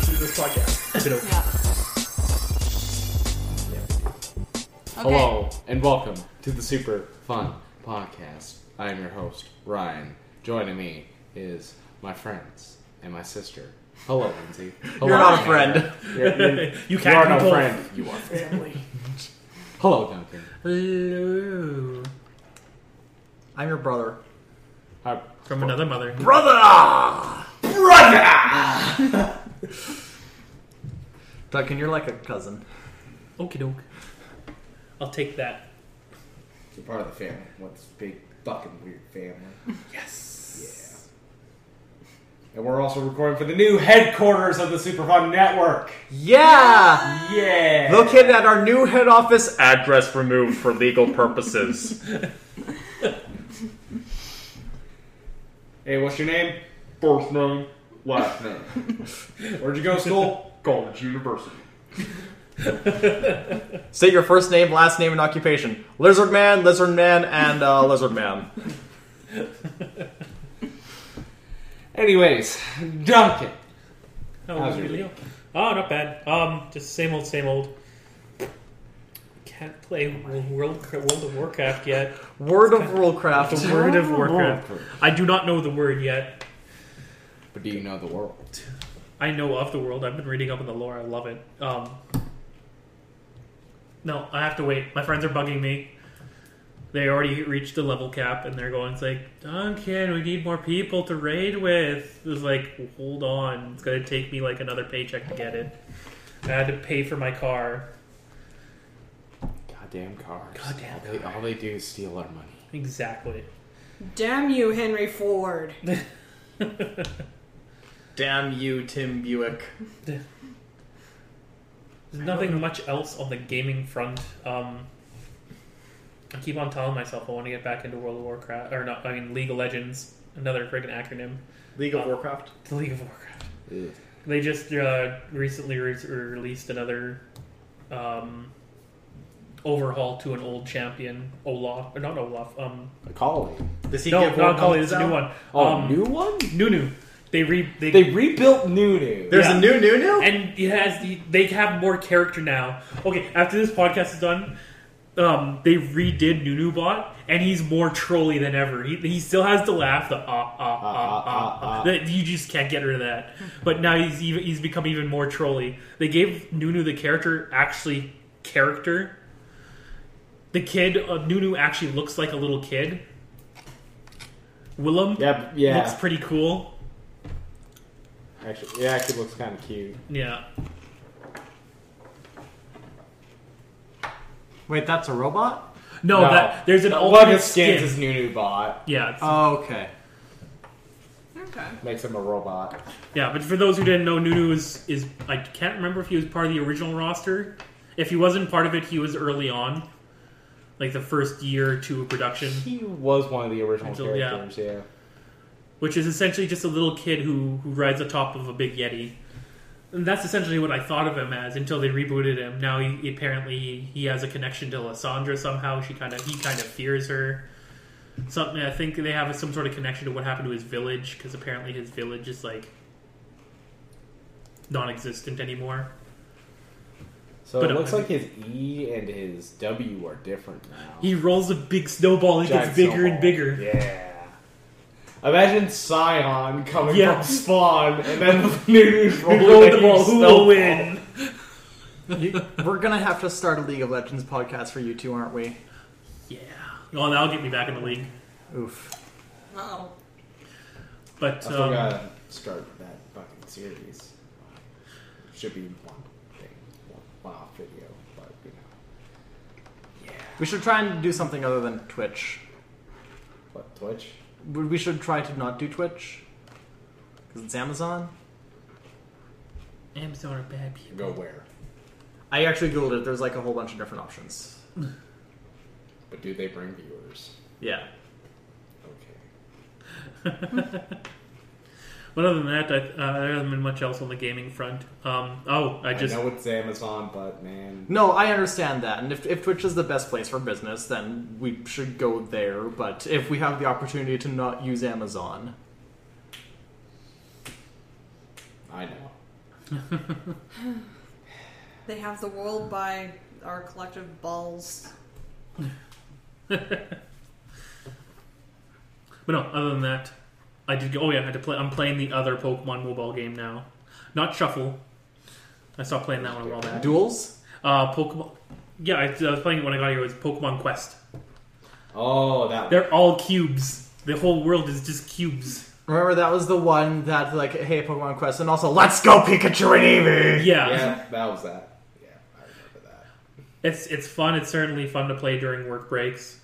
podcast. Been a- Yeah. Okay. Hello and welcome to the Super Fun Podcast. I am your host, Ryan. Joining me is my friends and my sister. Hello, Lindsay. Hello, You're not a Tanner. friend. You're, you're- You you can't are be not a both. friend. You are family. Hello, Duncan. Hello. I'm your brother. Hi. From another mother. Brother! Brother! Duncan, you're like a cousin. Okie doke. I'll take that. You're part of the family. What's big fucking weird family? Yes. And we're also recording for the new headquarters of the Super Fun Network. Yeah! Yeah. Located at our new head office. Address removed for legal purposes. Hey, what's your name? First name, last name. Where'd you go to school? College University. Say your first name, last name, and occupation. Lizard man, lizard man, and uh, lizard man. Anyways, Duncan. How How's was your your Leo? Oh, not bad. Um, just same old, same old. Can't play World World of Warcraft yet. Word of Worldcraft. The word of Warcraft. I do not know the word yet. But do you know the world? I know of the world. I've been reading up on the lore. I love it. Um, no, I have to wait. My friends are bugging me. They already reached the level cap, and they're going. It's like Duncan, we need more people to raid with. It was like, hold on, it's gonna take me like another paycheck to get it. I had to pay for my car. Goddamn cars. Goddamn All they, all they do is steal our money. Exactly. Damn you, Henry Ford. Damn you, Tim Buick. There's nothing much else on the gaming front. Um, I keep on telling myself I want to get back into World of Warcraft, or not. I mean, League of Legends, another friggin' acronym. League of Warcraft. The League of Warcraft. Ugh. They just uh, recently re- released another um, overhaul to an old champion, Olaf. Or not Olaf. Um, A colony. Does he no, give not one Kali. thumbs It's a new down? one. Oh, um, new one? Nunu. They re they, They rebuilt Nunu. There's Yeah. a new new new? and it has the, they have more character now. Okay, after this podcast is done, um, they redid Nunu Bot, and he's more trolly than ever. He, he still has to laugh the ah ah ah ah. ah, ah, ah. That- You just can't get rid of that. But now he's even, he's become even more trolly. They gave Nunu the character actually character. The kid uh, Nunu actually looks like a little kid. Willem Yeah, b- yeah. looks pretty cool. Actually, yeah, actually looks kind of cute. Yeah. Wait, that's a robot? No, that there's an The alternate one that skins skin. is Nunu bot. Yeah, it's- Oh, okay. Okay. Makes him a robot. yeah. But for those who didn't know, Nunu is is I can't remember if he was part of the original roster. If he wasn't part of it, he was early on, like the first year or two of production, He was one of the original Original, yeah. characters, yeah. which is essentially just a little kid who who rides atop of a big yeti. And that's essentially what I thought of him as until they rebooted him. Now he, he apparently he has a connection to Lysandra somehow. She kind of he kind of fears her. Something I think they have some sort of connection to what happened to his village because apparently his village is like non-existent anymore. So But it it looks might like his E and his W are different now. He rolls a big snowball and it Giant gets bigger snowball. and bigger. Yeah. Imagine Scion coming Yeah. from Spawn and then Nunu's We rolling roll a the ball. Who snowball. will win? You- we're gonna have to start a League of Legends podcast for you two, aren't we? Yeah. Well, that'll get me back in the league. Oof. Oh. But I um, forgot to start that fucking series. Should be one thing, one off video, but you know. We should try and do something other than Twitch. What, Twitch? We we should try to not do Twitch because it's Amazon. Amazon are bad people. Go where? I actually googled it. There's like a whole bunch of different options. But do they bring viewers? Yeah. Okay. But other than that, I, uh, there hasn't been much else on the gaming front. Um, oh, I I, just know it's Amazon, but man. No, I understand that. And if, if Twitch is the best place for business, then we should go there. But if we have the opportunity to not use Amazon, I know. They have the world by our collective balls. But no, other than that, I did. Go, oh yeah, I had to play. I'm playing the other Pokemon mobile game now, not Shuffle. I stopped playing that one a while back. Duels? Uh, Pokemon. Yeah, I, I was playing it when I got here. It was Pokemon Quest. Oh, that one. They're all cubes. The whole world is just cubes. Remember that was the one that like, hey, Pokemon Quest, and also let's go Pikachu and Eevee. Yeah, Yeah, that was that. Yeah, I remember that. it's it's fun. It's certainly fun to play during work breaks.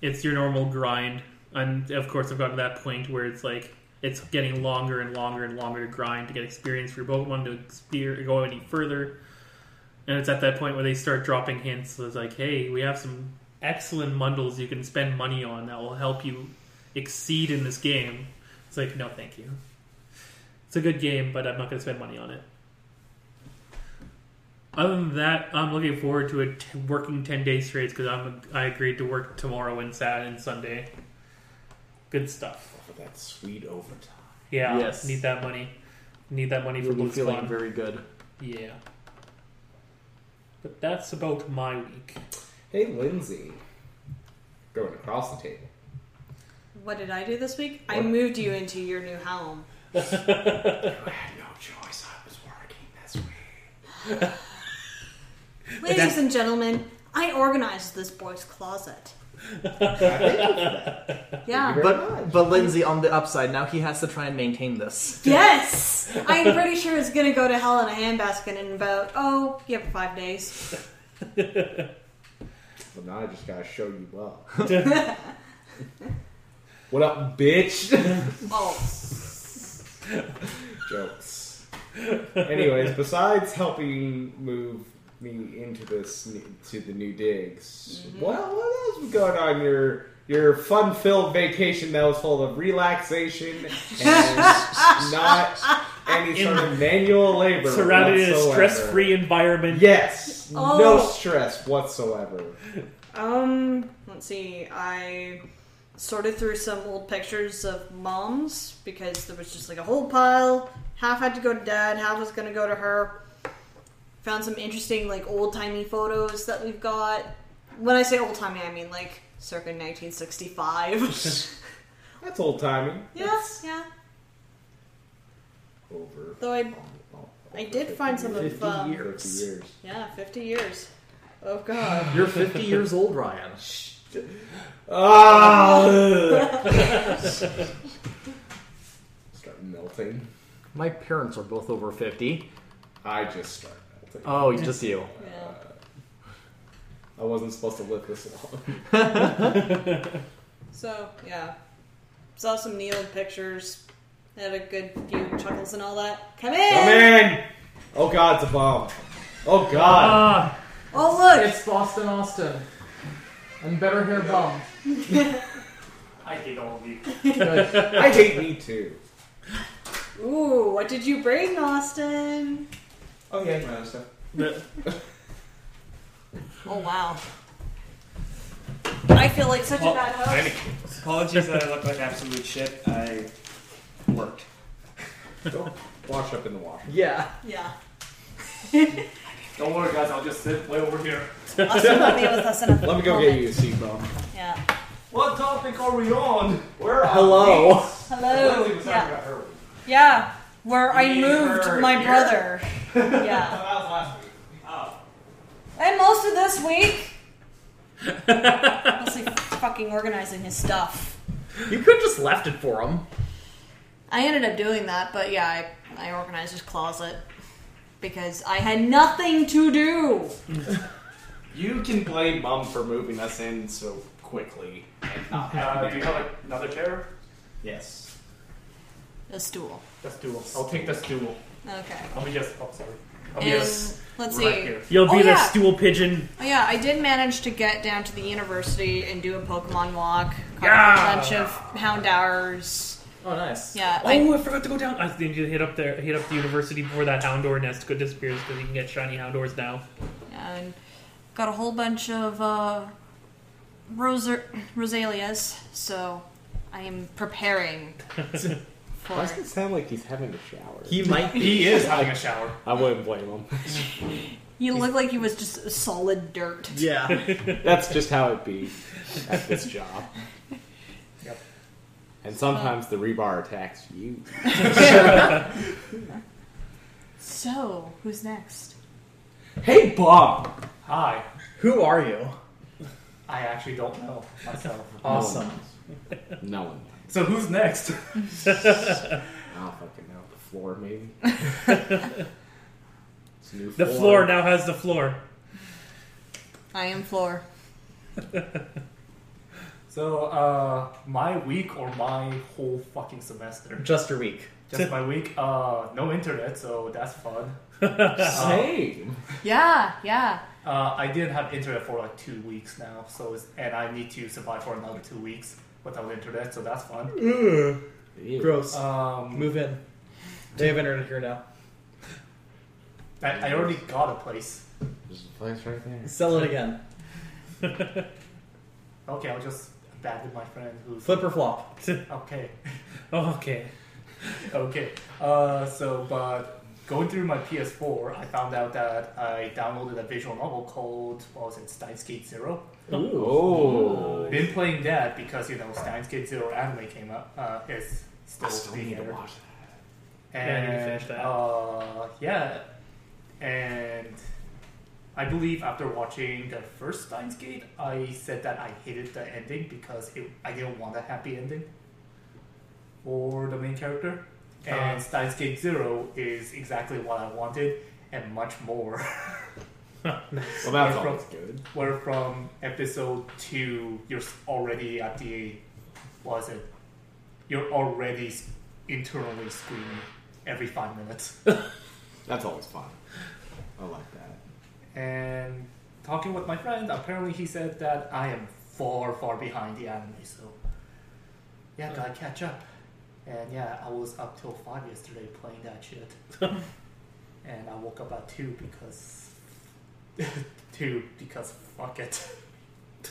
It's your normal grind, and of course, I've gotten to that point where it's like it's getting longer and longer and longer to grind to get experience for your Pokemon to exper- go any further. And it's at that point where they start dropping hints. So it's like, hey, we have some excellent bundles you can spend money on that will help you exceed in this game. It's like, no, thank you. It's a good game, but I'm not going to spend money on it. Other than that, I'm looking forward to it t- working ten days straight because I'm I agreed to work tomorrow and Saturday and Sunday. Good stuff. For that sweet overtime. Yeah, Yes. need that money. Need that money for You'll be feeling BlizzCon. very good. yeah. But that's about my week. Hey, Lindsay. Going across the table. What did I do this week? I What? moved you into your new home. I had no choice. I was working this week. Ladies That's- and gentlemen, I organized this boy's closet. yeah. Very But much. but Lindsay on the upside now he has to try and maintain this. Yes! I'm pretty sure it's gonna go to hell in a handbasket in about, oh, you have five days. Well, now I just gotta show you love. what up, bitch? Oh. Jokes. Anyways, besides helping move me into this new- to the new digs, Mm-hmm. what, what else was going on your your fun filled vacation that was full of relaxation and not any sort of manual labor Surrounded in a whatsoever. stress-free environment. Yes, no Oh. stress whatsoever. Um, let's see. I sorted through some old pictures of moms because there was just like a whole pile. Half had to go to dad, half was gonna go to her. Found some interesting like old timey photos that we've got. When I say old timey, I mean like circa 1965. That's old timey. yes, yeah. Over. Though I, I did find some of um, Fifty years. yeah, 50 years. Oh god. You're 50 years old, Ryan. Ah! start melting. My parents are both over 50. I just start melting. Uh, Oh, you- just you. Yeah. I wasn't supposed to live this long. So yeah, saw some Neil pictures. Had a good few chuckles and all that. Come in. Come in! Oh god, it's a bomb. Oh god. Ah, Oh look, Boston Austin. And better hair bum. I hate all of you. Oh. I hate me too. ooh, what did you bring, Austin? Oh yeah, my other stuff. But Oh wow, I feel like such Well, a bad host. Apologies that I look like absolute shit. I worked. Don't wash up in the washer. Yeah. Yeah, Don't worry, guys. I'll just sit way over here. Austin will be with us in a Let me go moment. get you a seat bomb. Yeah. What topic are we on? Where are Hello. Hello. Lindsay was talking Yeah. about her. Yeah. Where I Me, moved her, my here. brother. That Yeah. was last week. Oh. And most of this week, mostly fucking organizing his stuff. You could just left it for him. I ended up doing that, but yeah, I, I organized his closet because I had nothing to do. You can blame mom for moving us in so quickly and not Uh, do you have like, another chair? Yes. A stool. That's dual. I'll take this dual. Okay. I'll be just. Oh, sorry. I'll And be just let's right see. here. You'll be Oh, the yeah. stool pigeon. Oh, yeah, I did manage to get down to the university and do a Pokemon walk. Caught Yeah. a bunch of Houndours. Oh, nice. Yeah. I, Oh, I forgot to go down. I need to hit up there, hit up the university before that Houndour nest go disappears because you can get shiny Houndours now. and got a whole bunch of uh, Rosa- Rosalias, so I am preparing for. Why does it sound like he's having a shower? He might He is having a shower. I wouldn't blame him. You look like he was just solid dirt. Yeah. That's just how it be at this job. Yep. And sometimes the rebar attacks you. So, who's next? Hey, Bob! Hi. Who are you? I actually don't know myself. Awesome. No one. So who's next? I don't fucking know. The floor, maybe? It's new The floor now has the floor. I am Floor. So, uh, my week or my whole fucking semester? Just a week. Just my week. Uh, no internet, so that's fun. Same. Yeah, yeah. Uh, I didn't have internet for like two weeks now, so it's, and I need to survive for another two weeks without internet, so that's Mm. fun. Ew. Gross. Um, Move in. They have internet here now. I, I already got a place. There's a place right there. Sell it again. Okay, I'll just abandon my friend who's Flip or flop. okay. Oh, okay. Okay. Uh, so, but going through my PS4, I found out that I downloaded a visual novel called what was it, Steins Gate Zero. Oh. Been playing that because you know Steins Gate Zero anime came up. Uh, is still, I still being need to aired. watch Yeah, I And need to finish that. Uh, yeah, and I believe after watching the first Steins Gate, I said that I hated the ending because it, I didn't want a happy ending for the main character. And Uh. Steins Gate Zero is exactly what I wanted and much more. Well, that's From- always good. Where from episode two, you're s- already at the was it? You're already s- internally screaming every five minutes. That's always fun. I like that. and talking with my friend, apparently he said that I am far, far behind the anime. So, yeah, gotta catch up. And yeah, I was up till five yesterday playing that shit. and I woke up at two because two because fuck it.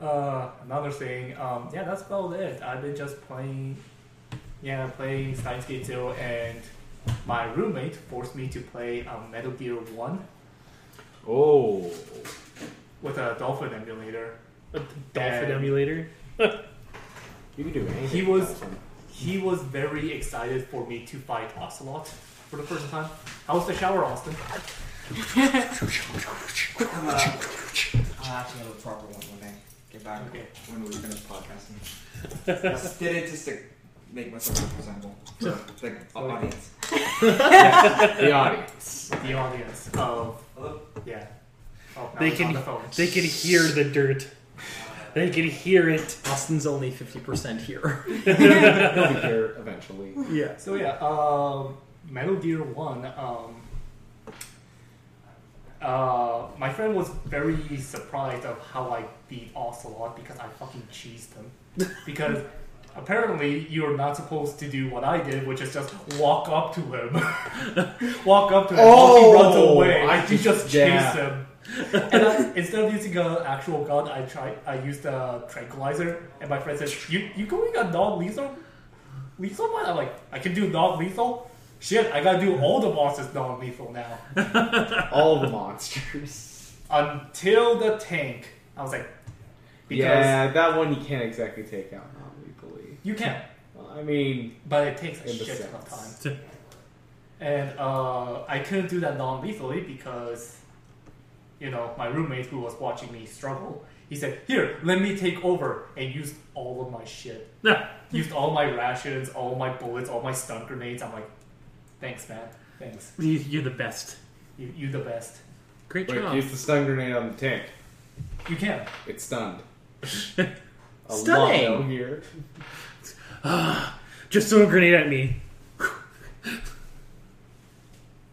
Uh, another thing, um, yeah, that's about it. I've been just playing, yeah, playing Steins Gate Zero, and my roommate forced me to play um, Metal Gear One Oh. with a dolphin emulator. A dolphin And- emulator. You can do anything. He was- Awesome. He was very excited for me to fight Ocelot for the first time. How was the shower, Austin? I'll have to know the proper one when I get back Okay. when we finish podcasting. I just did it just to make myself look presentable for the audience. The audience. The audience of Hello? yeah. Oh, now They it's can- on the phone. They can hear the dirt. They can hear it. Austin's only 50% here. He'll be here eventually. Yeah. So yeah, um, Metal Gear One. Um, uh, my friend was very surprised of how I beat Ocelot because I fucking cheesed him. Because apparently you're not supposed to do what I did, which is just walk up to him, walk up to him while he runs Oh, away. I you just chase yeah. him. and I, instead of using an actual gun, I tried. I used a tranquilizer, and my friend said, "You you going a non-lethal lethal one? I'm like, I can do non-lethal. Shit, I gotta do all the bosses non-lethal now. All the monsters. Until the tank. I was like, because yeah, that one you can't exactly take out non lethally. you can, Well, I mean, but it takes a In the shit ton of sense. time. And uh, I couldn't do that non-lethally because, you know, my roommate who was watching me struggle, he said, "Here, let me take over," and used all of my shit. Nah. used all my rations, all my bullets, all my stun grenades. I'm like, thanks, man. Thanks. You- You're the best. You, you the best. Great wait, job. use the stun grenade on the tank. You can. It's stunned. A Stunning. lot here. Just throw a grenade at me.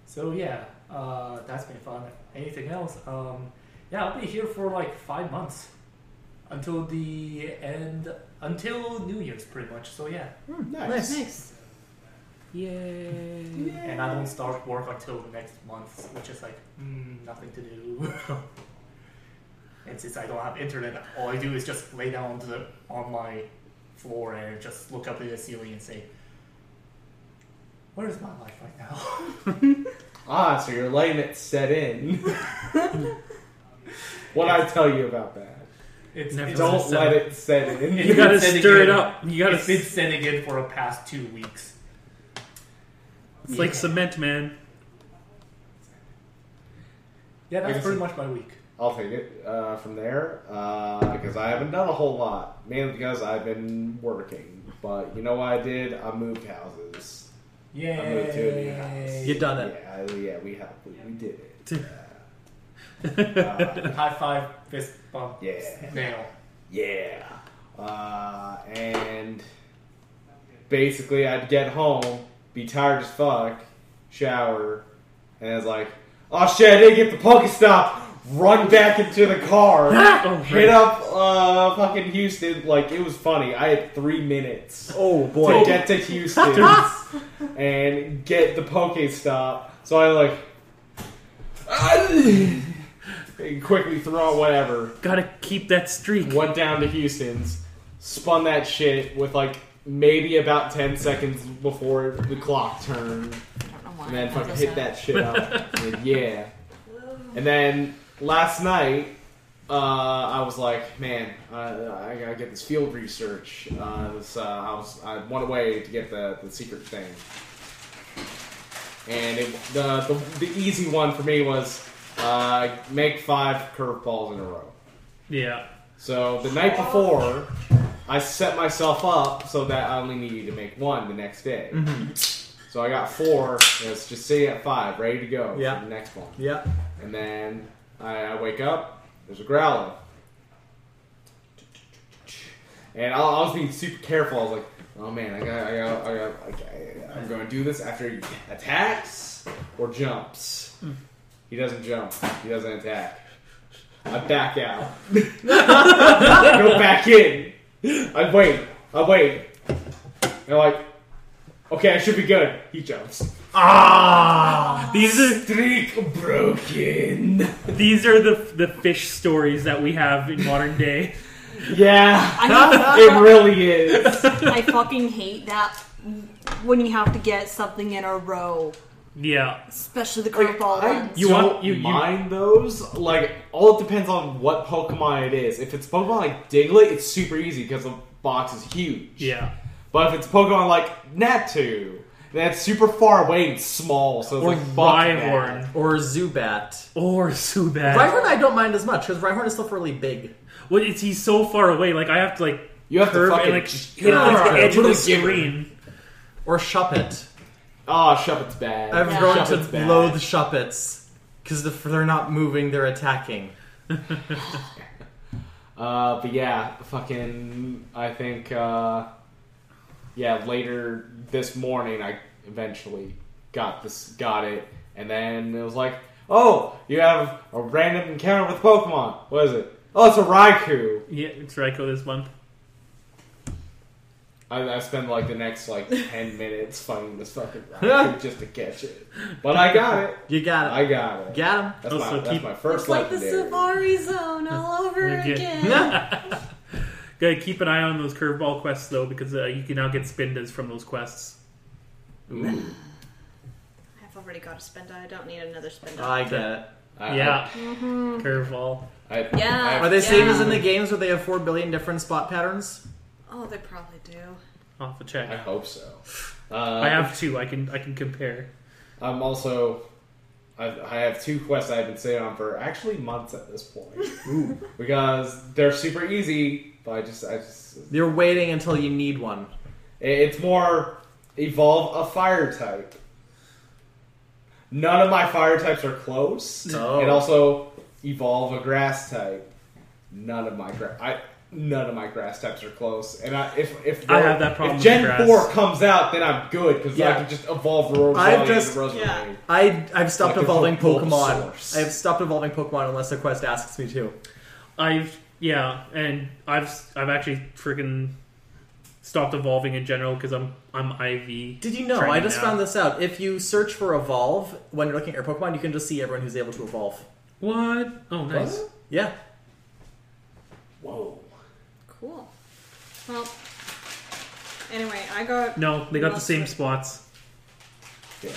So yeah, uh, that's been fun. Anything else? Um, yeah, I'll be here for like five months until the end, until New Year's, pretty much. So yeah, Nice. Nice. Yay. and I don't start work until next month, which is like mm, nothing to do. and since I don't have internet, all I do is just lay down on the, on my floor and just look up at the ceiling and say, "Where is my life right now?" Ah, so you're letting it set in. what I tell you about that? It's, Never it's mind. Don't all. let it set in. You gotta Send stir it again. up. You gotta. It's been It's, sitting in for the past two weeks. like cement, man. Yeah, I guess that's pretty it- much my week. I'll take it uh, from there uh, because I haven't done a whole lot, mainly because I've been working. But you know what I did? I moved houses. Yeah. I moved to a new house. You done it. Yeah, I- yeah, we have. We, we did it. Ah! High five, fist bump, Yeah. nail. Yeah. Uh, and basically, I'd get home, be tired as fuck, shower, and it's like, oh shit, I didn't get the Pokestop. Run back into the car. Oh, Hit right. up uh, fucking Houston. Like, it was funny. I had three minutes Oh to boy. get to Houston and get the Pokestop. So I, like, and quickly throw it, whatever Gotta keep that streak. went down to Houston's, spun that shit with like maybe about 10 seconds before the clock turned, I don't know why. and then I fucking does hit that shit up. And yeah. And then last night, uh, I was like, man, uh, I gotta get this field research. Uh, this, uh, I, was, I went away to get the, the secret thing. And it, the, the, the easy one for me was uh, make five curveballs in a row. Yeah. So the night before, I set myself up so that I only needed to make one the next day. So I got four, and it's just sitting at five, ready to go Yeah. for the next one. Yeah. And then I, I wake up, there's a growling. And I, I was being super careful. I was like, oh man, I got, I got, I got, like, I, I'm going to do this after he attacks or jumps. He doesn't jump, he doesn't attack. I back out. I go back in. I wait, I wait. And I'm like, okay, I should be good. He jumps. These are Streak broken. These are the the fish stories that we have in modern day. Yeah. I, It really is. I fucking hate that when you have to get something in a row, Yeah, especially the curveball I ones. You don't want- you- you- mind those? Like, all it depends on what Pokemon it is. If it's Pokemon like Diglett, it's super easy because the box is huge. yeah. But if it's Pokemon like Natu, that's super far away and small, so it's Or like fuck Rhyhorn, that. Or Zubat. or Zubat. Rhyhorn I don't mind as much because Rhyhorn is still fairly big. Well, it's he's so far away. Like I have to like You have curve to fucking and like just- hit on the Yeah, edge of the literally give her. screen. Or Shuppet. Ah, oh, Shuppet's bad. I've Yeah. grown to Shuppet's bad. loathe Shuppets because they're not moving, they're attacking. Uh, but yeah, fucking. I think. Uh, yeah, later this morning, I eventually got this, got it, and then it was like, oh, you have a random encounter with Pokemon. What is it? Oh, it's a Raikou. Yeah, it's Ryko this month. I, I spent like the next like ten minutes finding this fucking Raikou just to catch it, but I got it. You got I got it. it. Got him. That's, Oh, my, so that's keep- my It's first like the legendary. Safari Zone all over Okay. again. Gotta keep an eye on those curveball quests though, because uh, you can now get spindas from those quests. I've already got a spend. I don't need another spend. Oh, I get it. I- yeah, curveball. I, I, Yeah. I- Are they same Yeah. as in the games where they have four billion different spot patterns? oh, they probably do. I'll have to check. I hope so. Uh, I have two. I can I can compare. I'm also. I've, I have two quests I've been sitting on for actually months at this point. Because they're super easy, but I just. I just You're waiting until you need one. it- it's more evolve a fire type. None of my fire types are close. Oh. And also evolve a grass type. None of my grass. I. None of my grass types are close, and I, if if I have that problem with If Gen grass. Four comes out, then I'm good because I Yeah. can just evolve Roselia. I've and just- Roselia. Yeah. I I've stopped Like a evolving full- full Pokemon. source. I have stopped evolving Pokemon unless a quest asks me to. I've yeah, and I've I've actually freaking stopped evolving in general because I'm I'm IV. Did you know? Training I just now. found this out. If you search for evolve when you're looking at your Pokemon, you can just see everyone who's able to evolve. What? Oh, nice. Yeah. Whoa. Cool. Well, Anyway, I got. No, they got the Lost same it. spots. Yeah.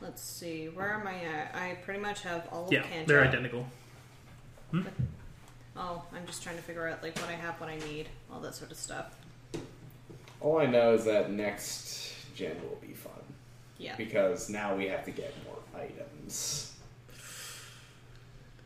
Let's see. Where am I at? I pretty much have all of Yeah, Kanto. they're identical. Oh, I'm just trying to figure out like what I have, what I need, all that sort of stuff. All I know is that next gen will be fun Yeah. because now we have to get more items.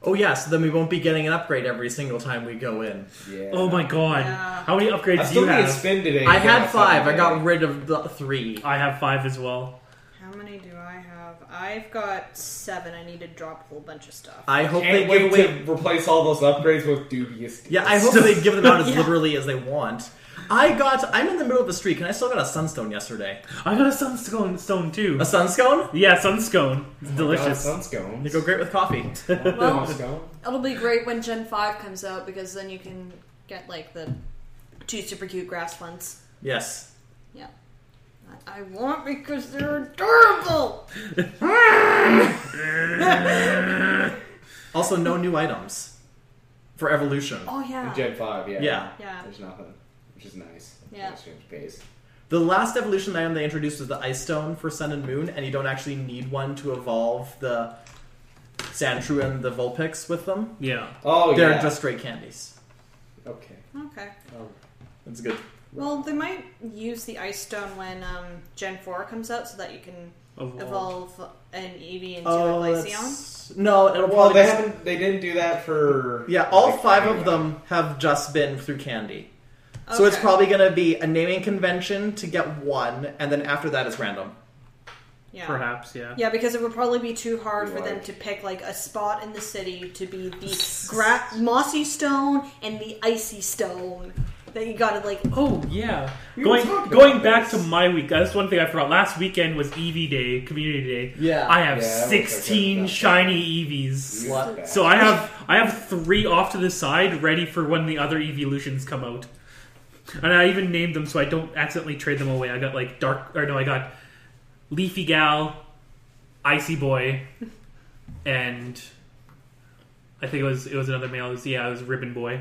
Oh yeah, so then we won't be getting an upgrade every single time we go in. Yeah. Oh my god. Yeah. How many I upgrades do still you need to have? spend today. I to get had myself five. I a got day. rid of the three. I have five as well. How many do I have? I've got seven. I need to drop a whole bunch of stuff. I hope Can't they give wait away. to replace all those upgrades with dubious. Yeah, deals. I hope they give them out as Yeah. literally as they want. I got. I'm in the middle of the street, and I still got a sunstone yesterday. I got a sunstone stone too. A sunscone? Yeah, sunscone. Oh It's God, delicious. sun's gone. They go great with coffee. well, Sun's gone. it'll be great when Gen Five comes out because then you can get like the two super cute grass ones. Yes. Yeah. I- I want because they're adorable. Also, no new items for evolution. Oh In yeah. Gen five, yeah. Yeah. Yeah. There's nothing, which is nice. Yeah. Nice change of pace. The last evolution item they introduced was the Ice Stone for Sun and Moon, and you don't actually need one to evolve the Sandshrew and the Vulpix with them. yeah. Oh They're yeah. just straight candies. okay. Okay. That's good. Well, they might use the ice stone when um, Gen Four comes out, so that you can Evolve. evolve an Eevee into Oh, a Glaceon. that's- no, it'll Well, probably they just- haven't. They didn't do that for. Yeah, all like, five anyway. of them have just been through candy. So it's Okay. probably going to be a naming convention to get one, and then after that it's random. Yeah. Perhaps, yeah. Yeah, because it would probably be too hard for them Right. to pick like a spot in the city to be the gra- mossy stone and the icy stone that you gotta like. Oh yeah. We were going talking going about back this. to my week. That's one thing I forgot. Last weekend was Eevee Day, community day. Yeah. I have Yeah, I was okay sixteen about that. shiny E Eevees. You Slut. bad. So I have I have three off to the side ready for when the other evolutions come out. And I even named them so I don't accidentally trade them away. I got like dark or no, I got Leafy Gal, Icy Boy, and I think it was it was another male. It was, yeah, it was Ribbon Boy.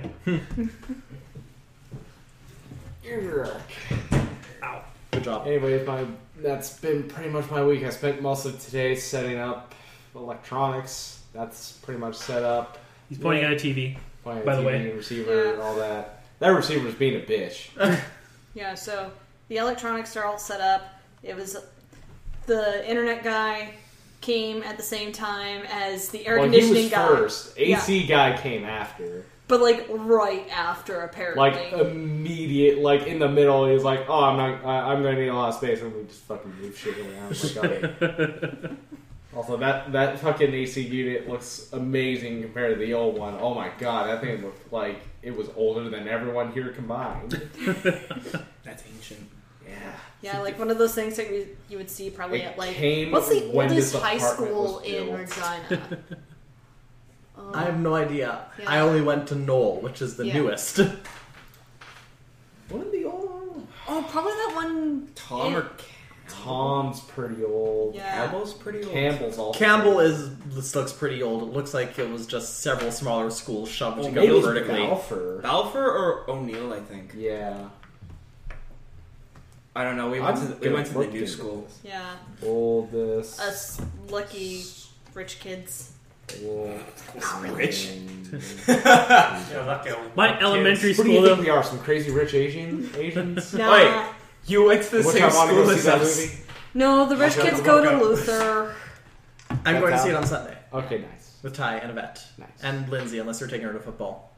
Ow. Good job. Anyways, my that's been pretty much my week. I spent most of today setting up electronics. That's pretty much set up. He's pointing at a TV. By By the TV, way. receiver, Yeah. all that. That receiver's being a bitch. Yeah, so the electronics are all set up. It was the internet guy came at the same time as the air well, he conditioning was guy, first. AC guy came after. but like right after apparently. Like uh, immediate, like in the middle, he was like, "Oh, I'm not. I, I'm gonna need a lot of space," and we just fucking move shit around. Like, okay. Oh also, that that fucking AC unit looks amazing compared to the old one. Oh my god, that thing looked like it was older than everyone here combined. That's ancient. Yeah, yeah, like one of those things that you, you would see probably It at like came what's the when this oldest high apartment school was in built. Regina? Um, I have no idea. Yeah. I only went to Knoll, which is the Yeah. newest. one of the old one. oh, probably that one. Tom Yeah. or Tom's pretty old. Yeah. Campbell's pretty old. Campbell's also Campbell is this looks pretty old. It looks like it was just several smaller schools shoved Well, It together was vertically. Balfour. Balfour or O'Neill, I think. Yeah, I don't know. We went I'm to the, we went to the gonna look new into school. this. Yeah, Oldest. us lucky rich kids. Rich. Yeah, lucky old My kids. elementary What do you school think though. we are? Some crazy rich Asian Asians? Nah. Wait. You went to Which I wanna go see that movie. No, the rich Okay, kids go we'll to go. Luther. I'm going to That's see it out. on Sunday Okay, nice. with Ty and Yvette Nice. and Lindsay, unless they're taking her to football.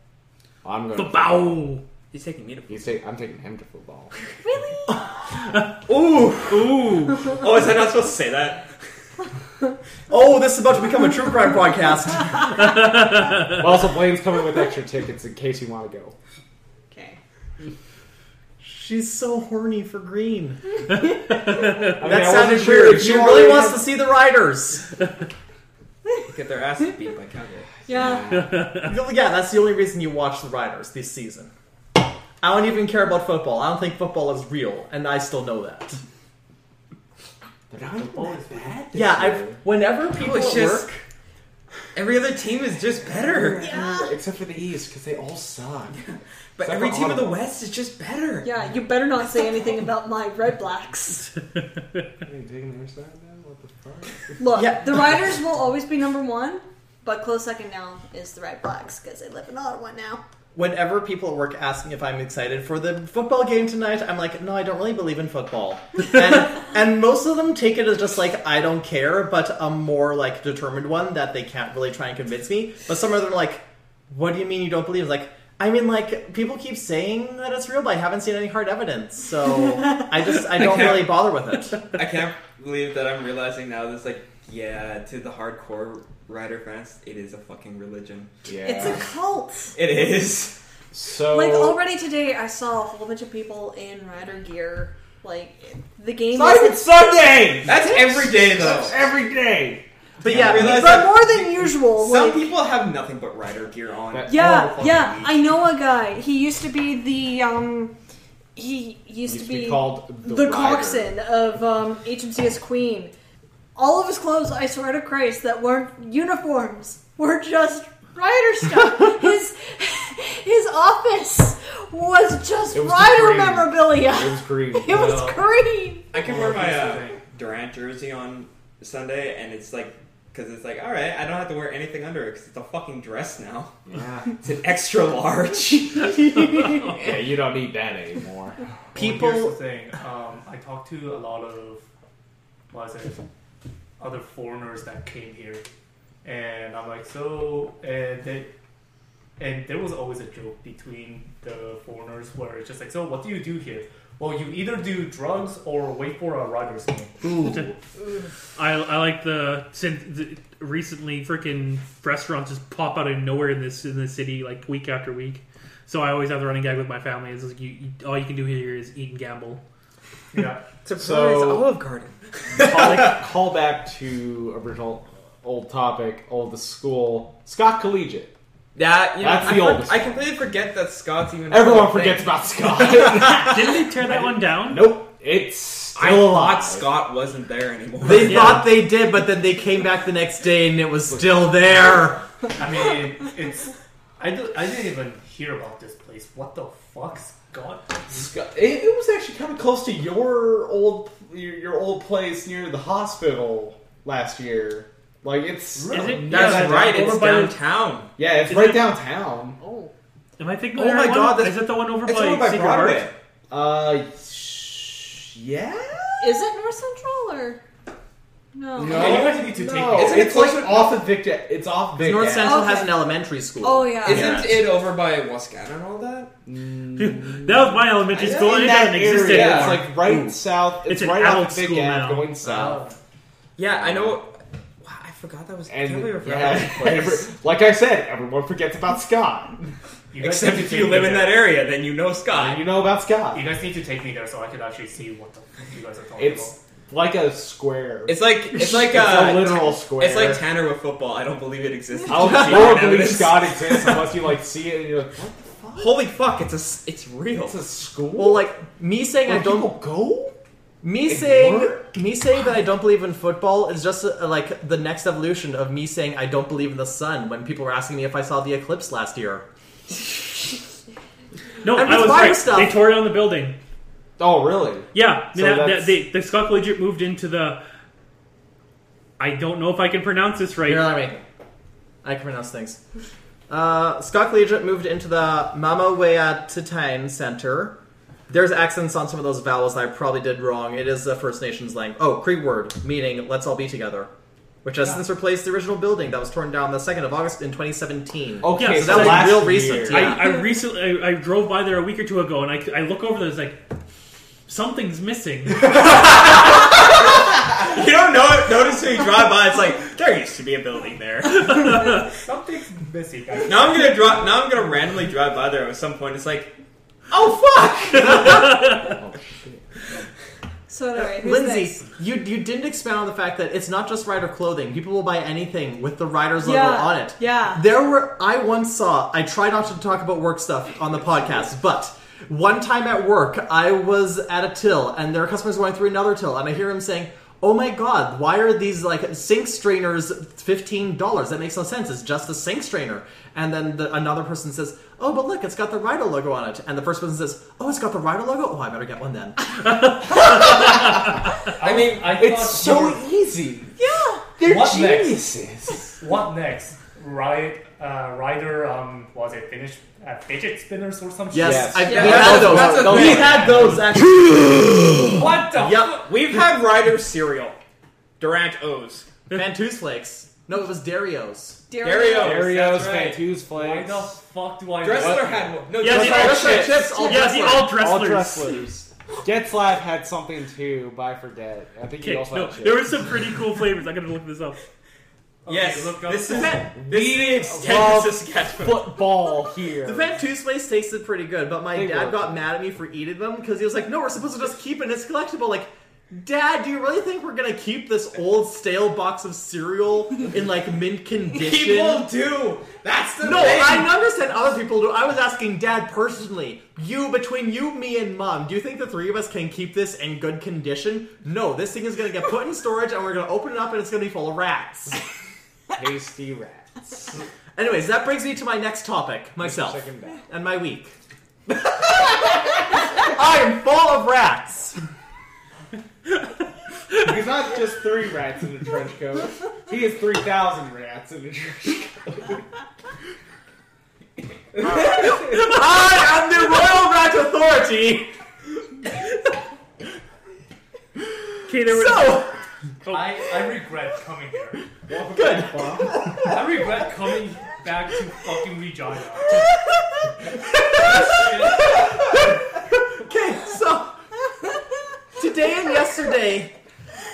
I'm going. The bow. He's taking me to. You say I'm taking him to football. Really? Ooh! Ooh. Oh, is I not supposed to say that? Oh, this is about to become a true crime podcast. also, Blaine's coming with extra tickets in case you want to go. Okay. She's so horny for green. I mean, I that wasn't sounded sure weird. if She you really already wants had- to see the riders. Get their asses beat by Calgary. Yeah. yeah, that's the only reason you watch the riders this season. I don't even care about football. I don't think football is real, and I still know that. They're not even that bad this yeah, I've, year. whenever people it's at just- work Every other team is just better. Yeah. "Oh, Except for the East, because they all suck. But Except every for team of the Ottawa. West is just better. Yeah, you better not say anything about my Red Blacks. Are you taking their side now? What the fuck? Look, Yeah. the Riders will always be number one, but close second now is the Red Blacks because they live in Ottawa now. Whenever people at work ask me if I'm excited for the football game tonight, I'm like, no, I don't really believe in football. And, and most of them take it as just like, I don't care, but a more like determined one that they can't really try and convince me. But some of them are like, what do you mean you don't believe? It's like, I mean, like, people keep saying that it's real, but I haven't seen any hard evidence. So I just, I don't really bother with it. I can't believe that I'm realizing now this, like, yeah, to the hardcore rider fans, it is a fucking religion. Yeah. It's a cult. It is. so Like already today, I saw a whole bunch of people in Rider gear. Like the game Simon is Sunday. That's every day, though. Every day. But yeah, realize but more than usual. Some like, people have nothing but rider gear on. That- Yeah, all the yeah. fucking I week. know a guy. He used to be the um he used, Used to be, called the, the, Rider. coxswain of um HMCS Queen. All of his clothes, I swear to Christ, that weren't uniforms were just rider stuff. his his office was just It was rider green. memorabilia. It was green. It was green. I can wear my uh, Durant jersey on Sunday, and it's like, because it's like, all right, I don't have to wear anything under it because it's a fucking dress now. yeah. It's an extra large. yeah, you don't need that anymore. People- Here's the thing. Um, I talked to a lot of, what is it, other foreigners that came here, and I'm like, so, and they, and there was always a joke between the foreigners where it's just like, so, what do you do here? Well, you either do drugs or wait for a Riders game. I, I like the since the, recently freaking restaurants just pop out of nowhere in this in the city like week after week. So I always have the running gag with my family is like you, you all you can do here is eat and gamble. Yeah, Surprise, So- Olive Garden. call, call back to original old topic, old the school. Scott Collegiate. Yeah, you know, That's I, the for- oldest I completely forget that Scott's even. Everyone a forgets thing. about Scott. Didn't they tear that one down? nope. It's still I alive. thought Scott wasn't there anymore. They Yeah. thought they did, but then they came back the next day and it was still there. I mean, it's. I, do, I didn't even hear about this place. What the fuck's gone? Scott. It, it was actually kind of close to your old your, your old place near the hospital last year. Like it's Really? Is it? That's Yeah, right. over It's by the- downtown. yeah, it's Is right it- downtown. Oh, Am I thinking? Oh of the my right one? God, that's- Is it the one over It's by, over by Secret Broadway. Heart? Uh, sh- yeah. is it North Central or no? No. Yeah, you guys need to take No, It's it's, like like closer- off of Victor. It's off Victor. North Central Okay. has an elementary school. Oh yeah. Isn't Yeah. it over by Wascana and all that? Mm. Dude, that was my elementary It's school. in It that doesn't area. exist anymore. It's like right south. It's, It's an right adult off of Big school Ave now. going south. Yeah, I know. Wow, I forgot Oh. that was. I can't Um, And believe I forgot yeah, that like, place. every, like I said, everyone forgets about Scott. You guys Except need to if take you me live in there. that area, then you know And Scott. you know about Scott. You guys need to take me there so I can actually see what the fuck you guys are talking It's like a square. It's like it's like It's uh, a literal square. It's like Tanner with football. I don't believe it exists. I Just don't, seeing I don't it believe is. Scott exists unless you like see it and you're like, what the fuck? Holy fuck! It's a s- it's real. It's a school. Well, like me saying Where I don't people go. Me saying worked? me saying that I don't believe in football is just uh like the next evolution of me saying I don't believe in the sun when people were asking me if I saw the eclipse last year. no, and I it's was fire right. stuff. They tore down the building. Oh, really? Yeah, So that- that- that's- they- the Scott Collegiate moved into the. I don't know if I can pronounce this right. Here, let me. I can pronounce things. Uh, Scott Collegiate moved into the Mamawea Titan Center. There's accents on some of those vowels that I probably did wrong. It is the First Nations language. Oh, Cree word, meaning let's all be together. Which has since replaced the original building that was torn down the 2nd of August in 2017. Oh, Okay, Yeah, so so that was last real year. recent, yeah. I, I recently I, I drove by there a week or two ago, and I, I look over there. It's like something's missing. you don't know, notice when you drive by. It's like there used to be a building there. about. Something's messy, guys. Now I'm gonna drive. Now I'm gonna randomly drive by there at some point. It's like, oh fuck! So anyway, who's next? Lindsay, you you didn't expound on the fact that it's not just rider clothing. People will buy anything with the rider's logo Yeah, on it. yeah. There were I once saw, I try not to talk about work stuff on the podcast, but one time at work, I was at a till and there are customers going through another till and I hear him saying, oh my god, why are these like sink strainers fifteen dollars? That makes no sense. It's just a sink strainer. And then the, another person says, oh, but look, it's got the Rydell logo on it. And the first person says, oh, it's got the Rydell logo. Oh, I better get one then. I mean, I It's thought so you easy. Yeah. They're What next? geniuses. were- What next? Ride, uh, rider, um, was it Finnish uh, fidget spinners or some Yes, Yes. I, Yeah, we that's- had those. that's a we thing. had those actually. shit? What the? yep, We've had Ryder cereal. Durant O's. Bantus Flakes. No, it was Dario's. Dario. Oreos, That's right. Fantus Why the flakes, fuck do I? Dressler What? had one. No, Yeah, Dressler the had all shit. chips, all yeah, the all all dresslers. dresslers. Get Slav had something too, but I forget. I think he Okay, also no, had chips. there were some pretty cool flavors. I gotta look this up. Yes, look up- this is This extends Well, to Saskatchewan. football here. The Bantus Flakes tasted pretty good, but my They dad were. got mad at me for eating them because he was like, "No, we're supposed to just keep it. It's collectible." Like, Dad, do you really think we're gonna keep this old stale box of cereal in like mint People condition? do. That's the No, thing. I understand other people do. I was asking Dad personally. You, between you, me, and Mom, do you think the three of us can keep this in good condition? No, this thing is gonna get put in storage, and we're gonna open it up, and it's gonna be full of rats. Tasty rats. Anyways, that brings me to my next topic, myself Second back. and my week. I am full of rats. He's not just three rats in a trench coat. He has three thousand rats in a trench I am the royal rat authority. Okay, there was. So I, I regret coming here. good. I regret coming back to fucking Regina. Okay, so today and yesterday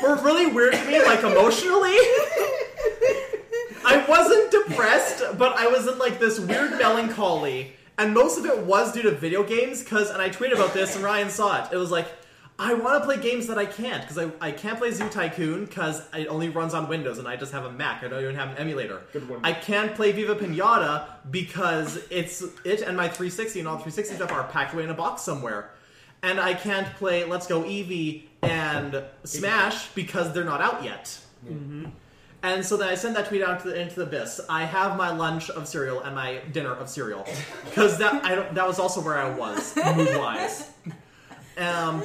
were really weird to me, like emotionally. I wasn't depressed, but I was in like this weird melancholy, and most of it was due to video games. Cause and I tweeted about this, and Ryan saw it. It was like. I want to play games that I can't because I, I can't play Zoo Tycoon because it only runs on Windows and I just have a Mac. I don't even have an emulator. Good one. I can't play Viva Pinata because it's it and my 360 and all 360 stuff are packed away in a box somewhere. And I can't play Let's Go Eevee and Smash because they're not out yet. Mm-hmm. And so then I send that tweet out to the, into the abyss. I have my lunch of cereal and my dinner of cereal because that I don't, that was also where I was mood wise. Um,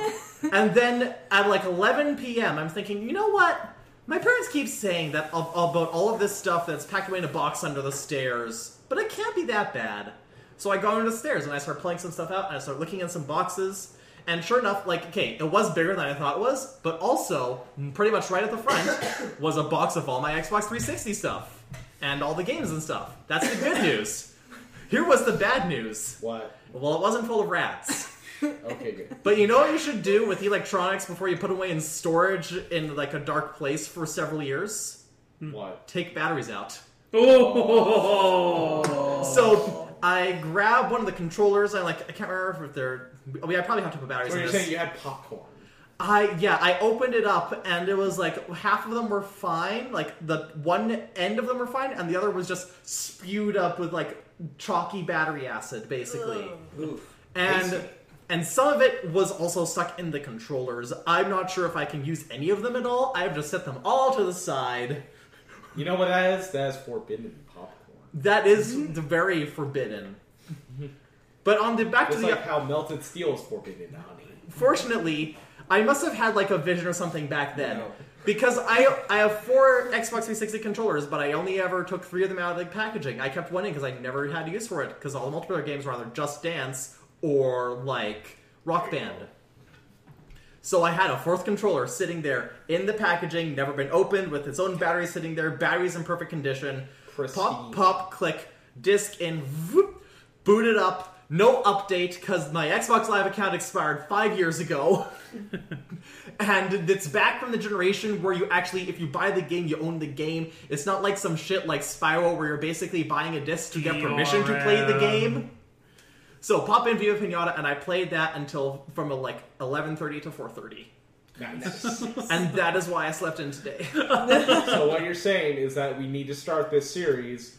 and then at like 11 p.m., I'm thinking, you know what? My parents keep saying that of, about all of this stuff that's packed away in a box under the stairs, but it can't be that bad. So I go under the stairs and I start pulling some stuff out and I start looking at some boxes. And sure enough, like, okay, it was bigger than I thought it was, but also, pretty much right at the front, was a box of all my Xbox 360 stuff and all the games and stuff. That's the good news. Here was the bad news. What? Well, it wasn't full of rats. Okay, good. But you know what you should do with electronics before you put away in storage in like a dark place for several years? What? Take batteries out. Oh, So I grab one of the controllers. I like I can't remember if they're. I mean, I probably have to put batteries So in you're this. saying you had popcorn? I yeah, I opened it up and it was like half of them were fine, like the one end of them were fine, and the other was just spewed up with like chalky battery acid, basically. And and some of it was also stuck in the controllers. I'm not sure if I can use any of them at all. I have just set them all to the side. You know what that is? That is forbidden popcorn. That is the very forbidden. But on the back It's to the like how melted steel is forbidden, honey. Fortunately, I must have had like a vision or something back then. No. Because I I have four Xbox 360 controllers, but I only ever took three of them out of the packaging. I kept one in because I never had use for it because all the multiplayer games were either Just Dance or like Rock Band. So I had a fourth controller sitting there in the packaging, never been opened, with its own battery sitting there, batteries in perfect condition. Pop, Pristine. pop, click, disc in, whoop, boot it up. No update because my Xbox Live account expired five years ago. and it's back from the generation where you actually, if you buy the game, you own the game. It's not like some shit like Spyro where you're basically buying a disc to get permission to play the game. So pop in Viva Pinata, and I played that until from like 11:30 to 4:30, Nice. and that is why I slept in today. so what you're saying is that we need to start this series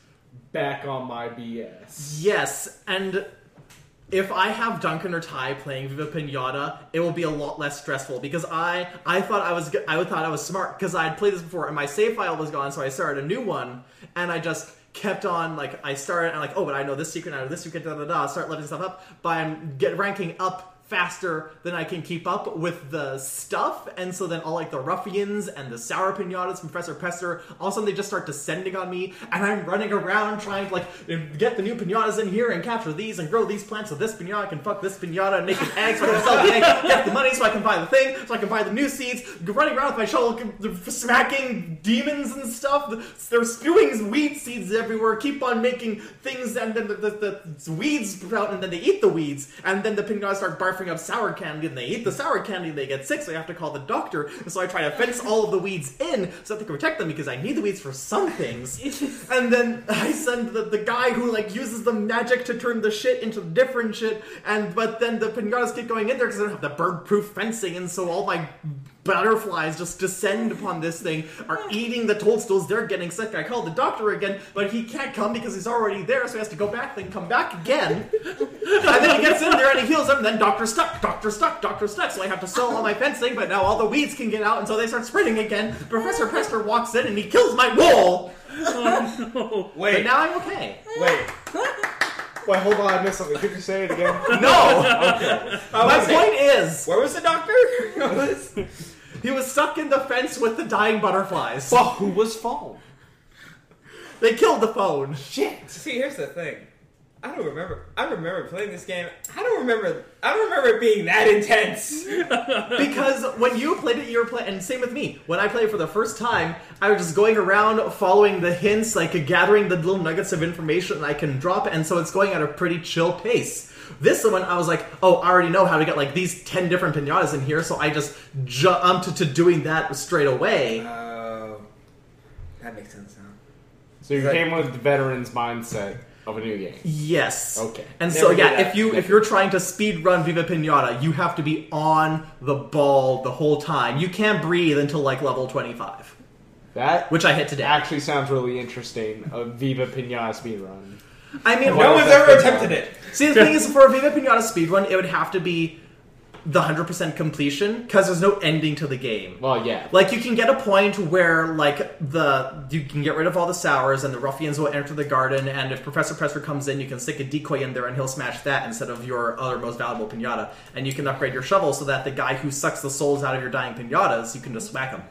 back on my BS. Yes, and if I have Duncan or Ty playing Viva Pinata, it will be a lot less stressful because I I thought I was go- I thought I was smart because I had played this before and my save file was gone, so I started a new one and I just kept on like I started and like oh, but I know this secret, I know this secret, da da da. Start leveling stuff up, but I'm get ranking up faster than I can keep up with the stuff, and so then all like the ruffians and the sour pinatas, Professor Pester, all of a sudden they just start descending on me, and I'm running around trying to like get the new pinatas in here and capture these and grow these plants so this pinata can fuck this pinata and make an egg so I can sell the egg, get the money so I can buy the thing, so I can buy the new seeds, running around with my shovel, smacking demons and stuff, they're spewing weed seeds everywhere, keep on making things, and then the, the, the weeds sprout, and then they eat the weeds, and then the pinatas start barfing up sour candy, and they eat the sour candy, and they get sick, so I have to call the doctor, and so I try to fence all of the weeds in so that they can protect them because I need the weeds for some things. And then I send the, the guy who like uses the magic to turn the shit into different shit, and but then the pinatas keep going in there because they don't have the bird-proof fencing, and so all my butterflies just descend upon this thing, are eating the toadstools. They're getting sick. I call the doctor again, but he can't come because he's already there, so he has to go back, then come back again. and then he gets in there and he heals them. Then Doctor Stuck, Doctor Stuck, Doctor Stuck. So I have to sell all my fencing, but now all the weeds can get out, and so they start spreading again. Professor Pester walks in and he kills my wall. Oh, no. But Wait, now I'm okay. wait. Wait, hold on, I missed something. Could you say it again? No, my point is Where was the doctor? What was- he was stuck in the fence with the dying butterflies. Well, who was phone? They killed the phone. See, here's the thing. I don't remember. I remember playing this game. I don't remember. I don't remember it being that intense. Because when you played it, you were playing, and same with me. When I played it for the first time, I was just going around following the hints, like gathering the little nuggets of information I can drop, and so it's going at a pretty chill pace. This one, I was like, oh, I already know how to get like these 10 different pinatas in here, so I just jumped to doing that straight away. Oh, that makes sense now. So you Right. came with the veteran's mindset of a new game. Yes. Okay. And Never so do yeah, that. if you if you're trying to speed run Viva Pinata, you have to be on the ball the whole time. You can't breathe until like level 25, That which I hit today. actually sounds really interesting. A Viva Pinata speedrun. I mean, No one's ever attempted it. See, the thing is, for a Viva Pinata speedrun, it would have to be the 100% completion because there's no ending to the game. Well, yeah. Like, you can get a point where, like, the you can get rid of all the sours and the ruffians will enter the garden, and if Professor Presser comes in, you can stick a decoy in there and he'll smash that instead of your other most valuable pinata. And you can upgrade your shovel so that the guy who sucks the souls out of your dying pinatas, you can just smack him.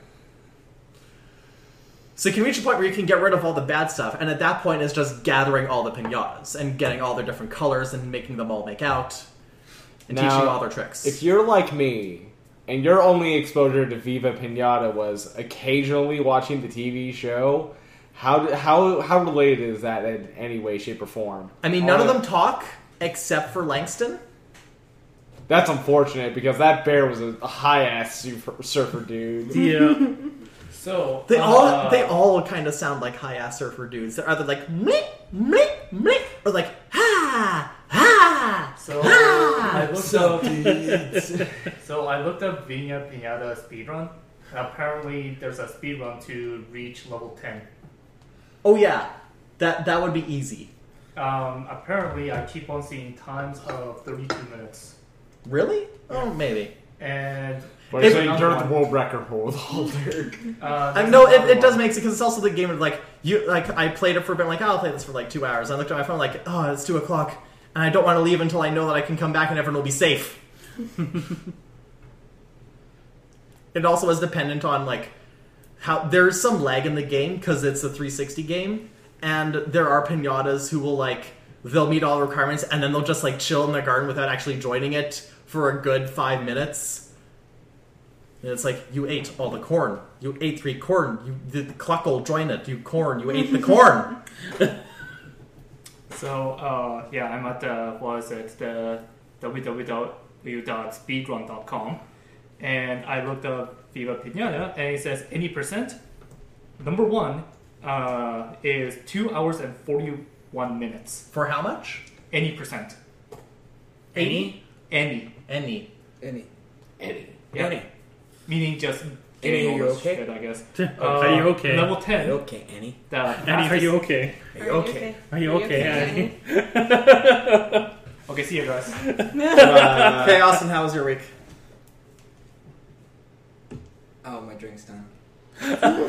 So you can reach a point where you can get rid of all the bad stuff, and at that point, it's just gathering all the pinatas and getting all their different colors and making them all make out and Now, teaching you all their tricks. If you're like me, and your only exposure to Viva Pinata was occasionally watching the TV show, how how how related is that in any way, shape, or form? I mean, none of All- them talk except for Langston. That's unfortunate because that bear was a high ass super surfer dude. Yeah. So They uh, all they all kind of sound like high ass surfer dudes. They're either like meh meh meh or like ha ha. So Ah! I looked up. so I looked up Vina Pinata speedrun. Apparently, there's a speedrun to reach level ten. Oh yeah, that that would be easy. Um, apparently, I keep on seeing times of thirty-two minutes, Really? Oh, maybe. and Where If- so you're the world record holder. uh, I no, it, it does make sense because it's also the game of like you like I played it for a bit, like "Oh, I'll play this for like two hours. I looked at my phone, like oh, it's two o'clock, and I don't want to leave until I know that I can come back and everyone will be safe. it also is dependent on like how there's some lag in the game because it's a 360 game, and there are pinatas who will like they'll meet all the requirements and then they'll just like chill in the garden without actually joining it for a good five minutes. And it's like you ate all the corn. You ate three corn. You the clock will join it. You corn. You ate the corn. So uh, yeah, I'm at the what is it the www.speedrun.com, and I looked up Viva Pinata, and it says any percent. Number one uh, is two hours and forty-one minutes. For how much? Any percent, Any? any, Any. Any, any, Yeah. any. meaning just Any, getting all you this okay? shit, I guess. are you Uh, okay? Level ten. Okay, Annie. the Annie, are fastest- you okay? Are you okay? Are you okay, Annie? Okay, Okay, see you guys. okay, Austin, how was your week? Oh, my drink's done.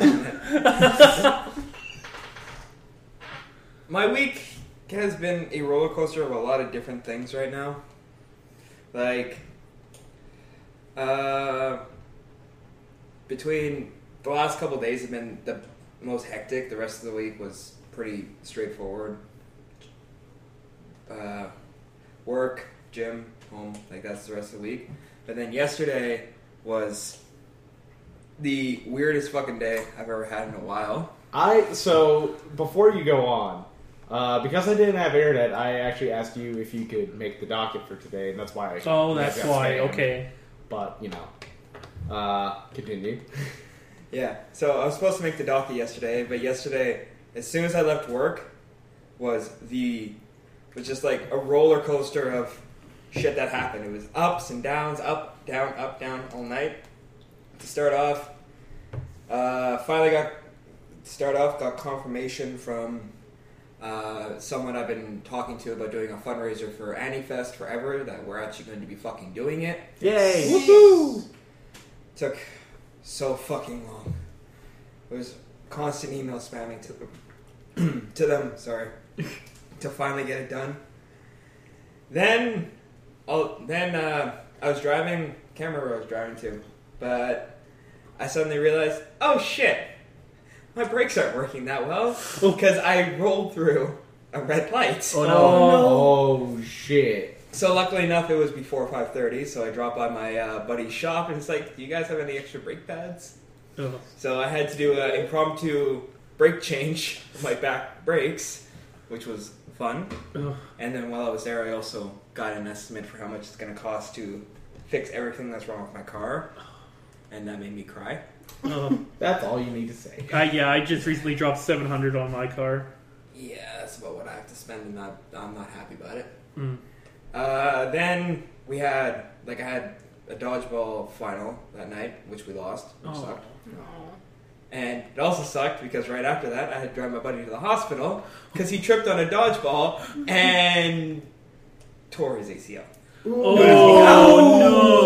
my week has been a roller coaster of a lot of different things right now. Like, uh, between the last couple of days have been the most hectic. The rest of the week was pretty straightforward. Uh, work, gym, home. Like that's the rest of the week. But then yesterday was the weirdest fucking day I've ever had in a while. I so before you go on, uh, because I didn't have internet, I actually asked you if you could make the docket for today, and that's why. I Oh, that's I got why. spammed. Okay. but you know, uh, continue. Yeah, so I was supposed to make the docket yesterday, but yesterday, as soon as I left work, was the was just like a roller coaster of shit that happened. It was ups and downs, up, down, up, down all night. To start off, uh, finally got to start off got confirmation from uh, someone I've been talking to about doing a fundraiser for Annie Fest forever that we're actually going to be fucking doing it. Yay! took so fucking long. It was constant email spamming to them, to them, sorry, to finally get it done. Then, oh, then uh, I was driving. Can't remember where I was driving to, but I suddenly realized, oh shit, my brakes aren't working that well because I rolled through a red light. Oh Oh shit! So luckily enough, it was before five thirty. So I dropped by my uh, buddy's shop and it's like, do you guys have any extra brake pads? Oh. So I had to do an impromptu brake change for my back brakes, which was fun. Ugh. And then while I was there, I also got an estimate for how much it's going to cost to fix everything that's wrong with my car. And that made me cry. Oh. That's all you need to say. I, yeah, I just recently dropped 700 on my car. Yeah, that's about what I have to spend, and not, I'm not happy about it. Mm. Uh, then we had, like, I had a dodgeball final that night, which we lost, which Oh. sucked. And it also sucked because right after that, I had to drive my buddy to the hospital because he tripped on a dodgeball and tore his ACL. Oh, no.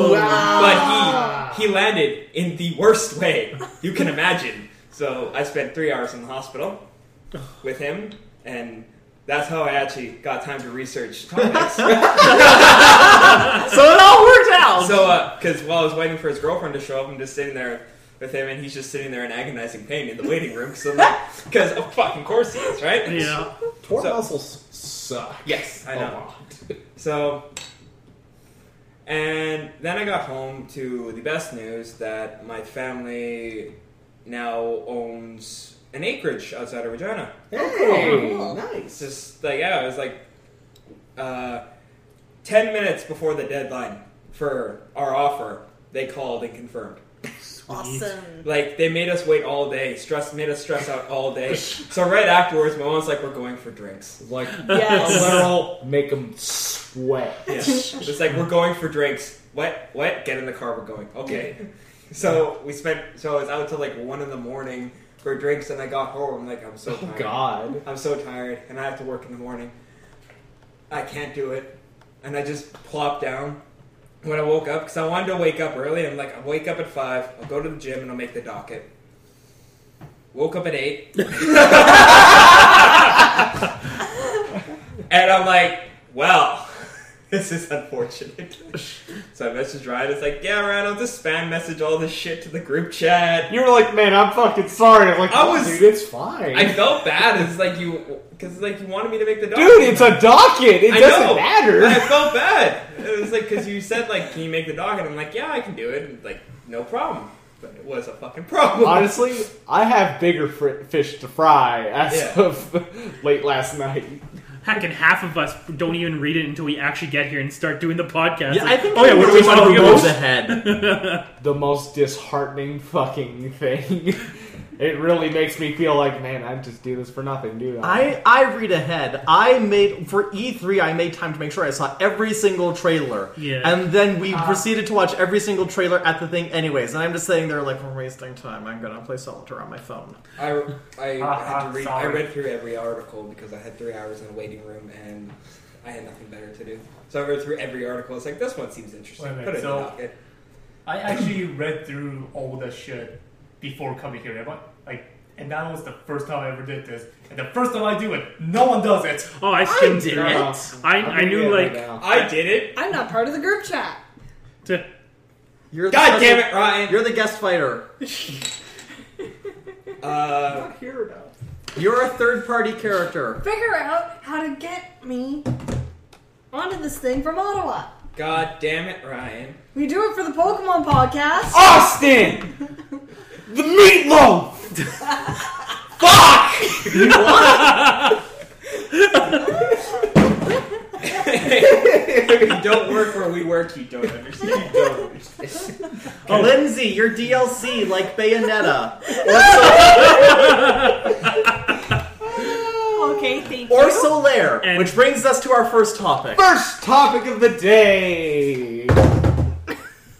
But he he landed in the worst way you can imagine. So I spent three hours in the hospital with him, and that's how I actually got time to research topics. So it all worked out. so, because uh, while I was waiting for his girlfriend to show up, I'm just sitting there with him, and he's just sitting there in agonizing pain in the waiting room. Because I'm like, because of fucking course he is, right? Yeah. Torn So- muscles suck. Oh, Yes, I a know. lot. So, and then I got home to the best news that my family now owns an acreage outside of Regina. Hey, cool. It's nice. just like, yeah, it was like uh, 10 minutes before the deadline for our offer, they called and confirmed. Awesome. Like, they made us wait all day, stress made us stress out all day. so, right afterwards, my mom's like, we're going for drinks. Like a Yes. literal make them sweat. Yeah. it's like we're going for drinks. What? What? Get in the car. We're going. Okay. So we spent. So I was out till like one in the morning for drinks, and I got home. I'm like, I'm so Oh tired. God. I'm so tired, and I have to work in the morning. I can't do it, and I just plopped down. When I woke up, because I wanted to wake up early, I'm like, I'll wake up at five. I'll go to the gym and I'll make the docket. Woke up at eight. and I'm like, well, this is unfortunate. so I messaged Ryan. It's like, yeah, Ryan, I'll just spam message all this shit to the group chat. You were like, man, I'm fucking sorry. I'm like, I "No, was- dude, it's fine. I felt bad. It's like you, because like you wanted me to make the docket. dude, it's a docket. It I doesn't know. matter. I felt bad. It was like because you said like, can you make the docket? I'm like, yeah, I can do it. And, like, no problem. But it was a fucking problem. Honestly, I have bigger fr- fish to fry as Yeah. of late last night. Heck, and half of us don't even read it until we actually get here and start doing the podcast. Yeah, I Like, think oh yeah, what do we one talk who moves about? ahead. The most disheartening fucking thing. it really makes me feel like, man, I just do this for nothing, do I? I I read ahead. I made for E3. I made time to make sure I saw every single trailer. Yeah. And then we proceeded to watch every single trailer at the thing, anyways. And I'm just sitting there like we're wasting time. I'm gonna play solitaire on my phone. I, Ah, I had to ah, read. I sorry. read through every article because I had three hours in a waiting room and I had nothing better to do. So I read through every article. It's like this one seems interesting. Wait a minute, Put it so- in the docket. I actually read through all the shit before coming here. Am I- Like, and that was the first time I ever did this. And the first time I do it, no one does it. Oh, I skimmed it. No. I, I'm I knew doing it right like now. I did it. I'm not part of the group chat. to, You're the God special- damn it, Ryan. You're the guest fighter. Uh, You're a third party character. Figure out how to get me onto this thing from Ottawa. God damn it, Ryan. We do it for the Pokemon podcast. Austin! the meatloaf! Fuck! You don't work where we work. You don't understand. You don't understand. Lindsay, you're DLC like Bayonetta. Oh. Okay, thank or you. Solaire, And- which brings us to our first topic. First topic of the day.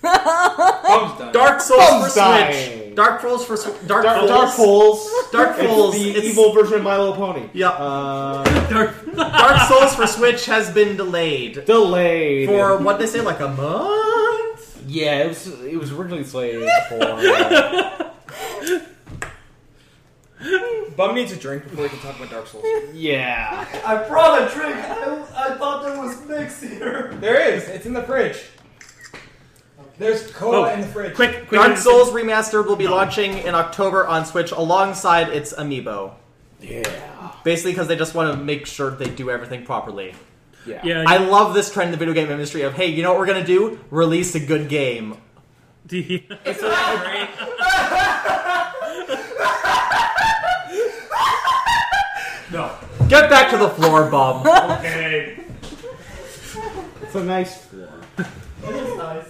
Thumbs down. Dark Souls for Bonsai. Switch. Dark Souls for Sw- Dark, Dark, Souls. Dark Souls. Dark Souls, It's the it's- evil version of My Little Pony. Yeah. Uh, Dark Souls for Switch has been delayed delayed. for what they say, like a month. yeah, it was it was originally slated for. Uh, Bum needs a drink before we can talk about Dark Souls. yeah. I brought a drink. I, I thought there was mix here. There is. It's in the fridge. There's cola in the fridge. quick, quick. Dark Souls Remastered will be launching in October on Switch alongside its amiibo. Yeah. Basically, because they just want to make sure they do everything properly. Yeah. Yeah, I love this trend in the video game industry of hey, you know what we're gonna do? Release a good game. yeah. No. Get back to the floor, Bob. Okay. It's a nice floor. That's nice.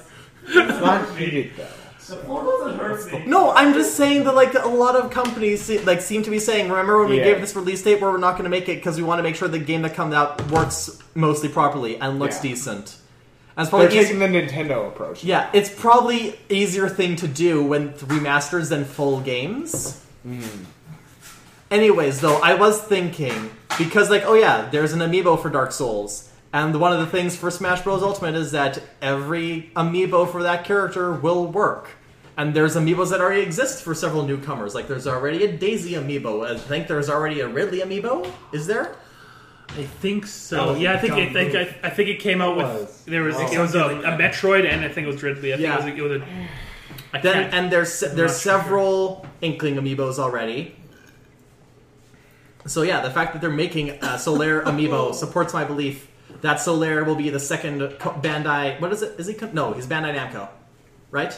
It's not heated though. The floor doesn't hurt me. no, I'm just saying that like a lot of companies se- like seem to be saying, remember when we Yeah. gave this release date where we're not gonna make it because we want to make sure the game that comes out works mostly properly and looks Yeah. decent. And They're it's probably easy- taking the Nintendo approach. yeah, it's probably easier thing to do when th- remasters than full games. Anyways, though, I was thinking because, like, oh yeah, there's an amiibo for Dark Souls, and one of the things for Smash Bros. Ultimate is that every amiibo for that character will work. And there's amiibos that already exist for several newcomers. Like, there's already a Daisy amiibo. I think there's already a Ridley amiibo. Is there? I think That so. was Yeah, I a think dumb I think I, I think it came out with was. there was Oh. it was a, a Metroid and I think it was Ridley. I think Yeah. it was a, it was a I Then can't- and there's there's not sure. several Inkling amiibos already. So yeah, the fact that they're making a Solaire amiibo supports my belief that Solaire will be the second co- Bandai. What is it? Is he? co- No, he's Bandai Namco, right?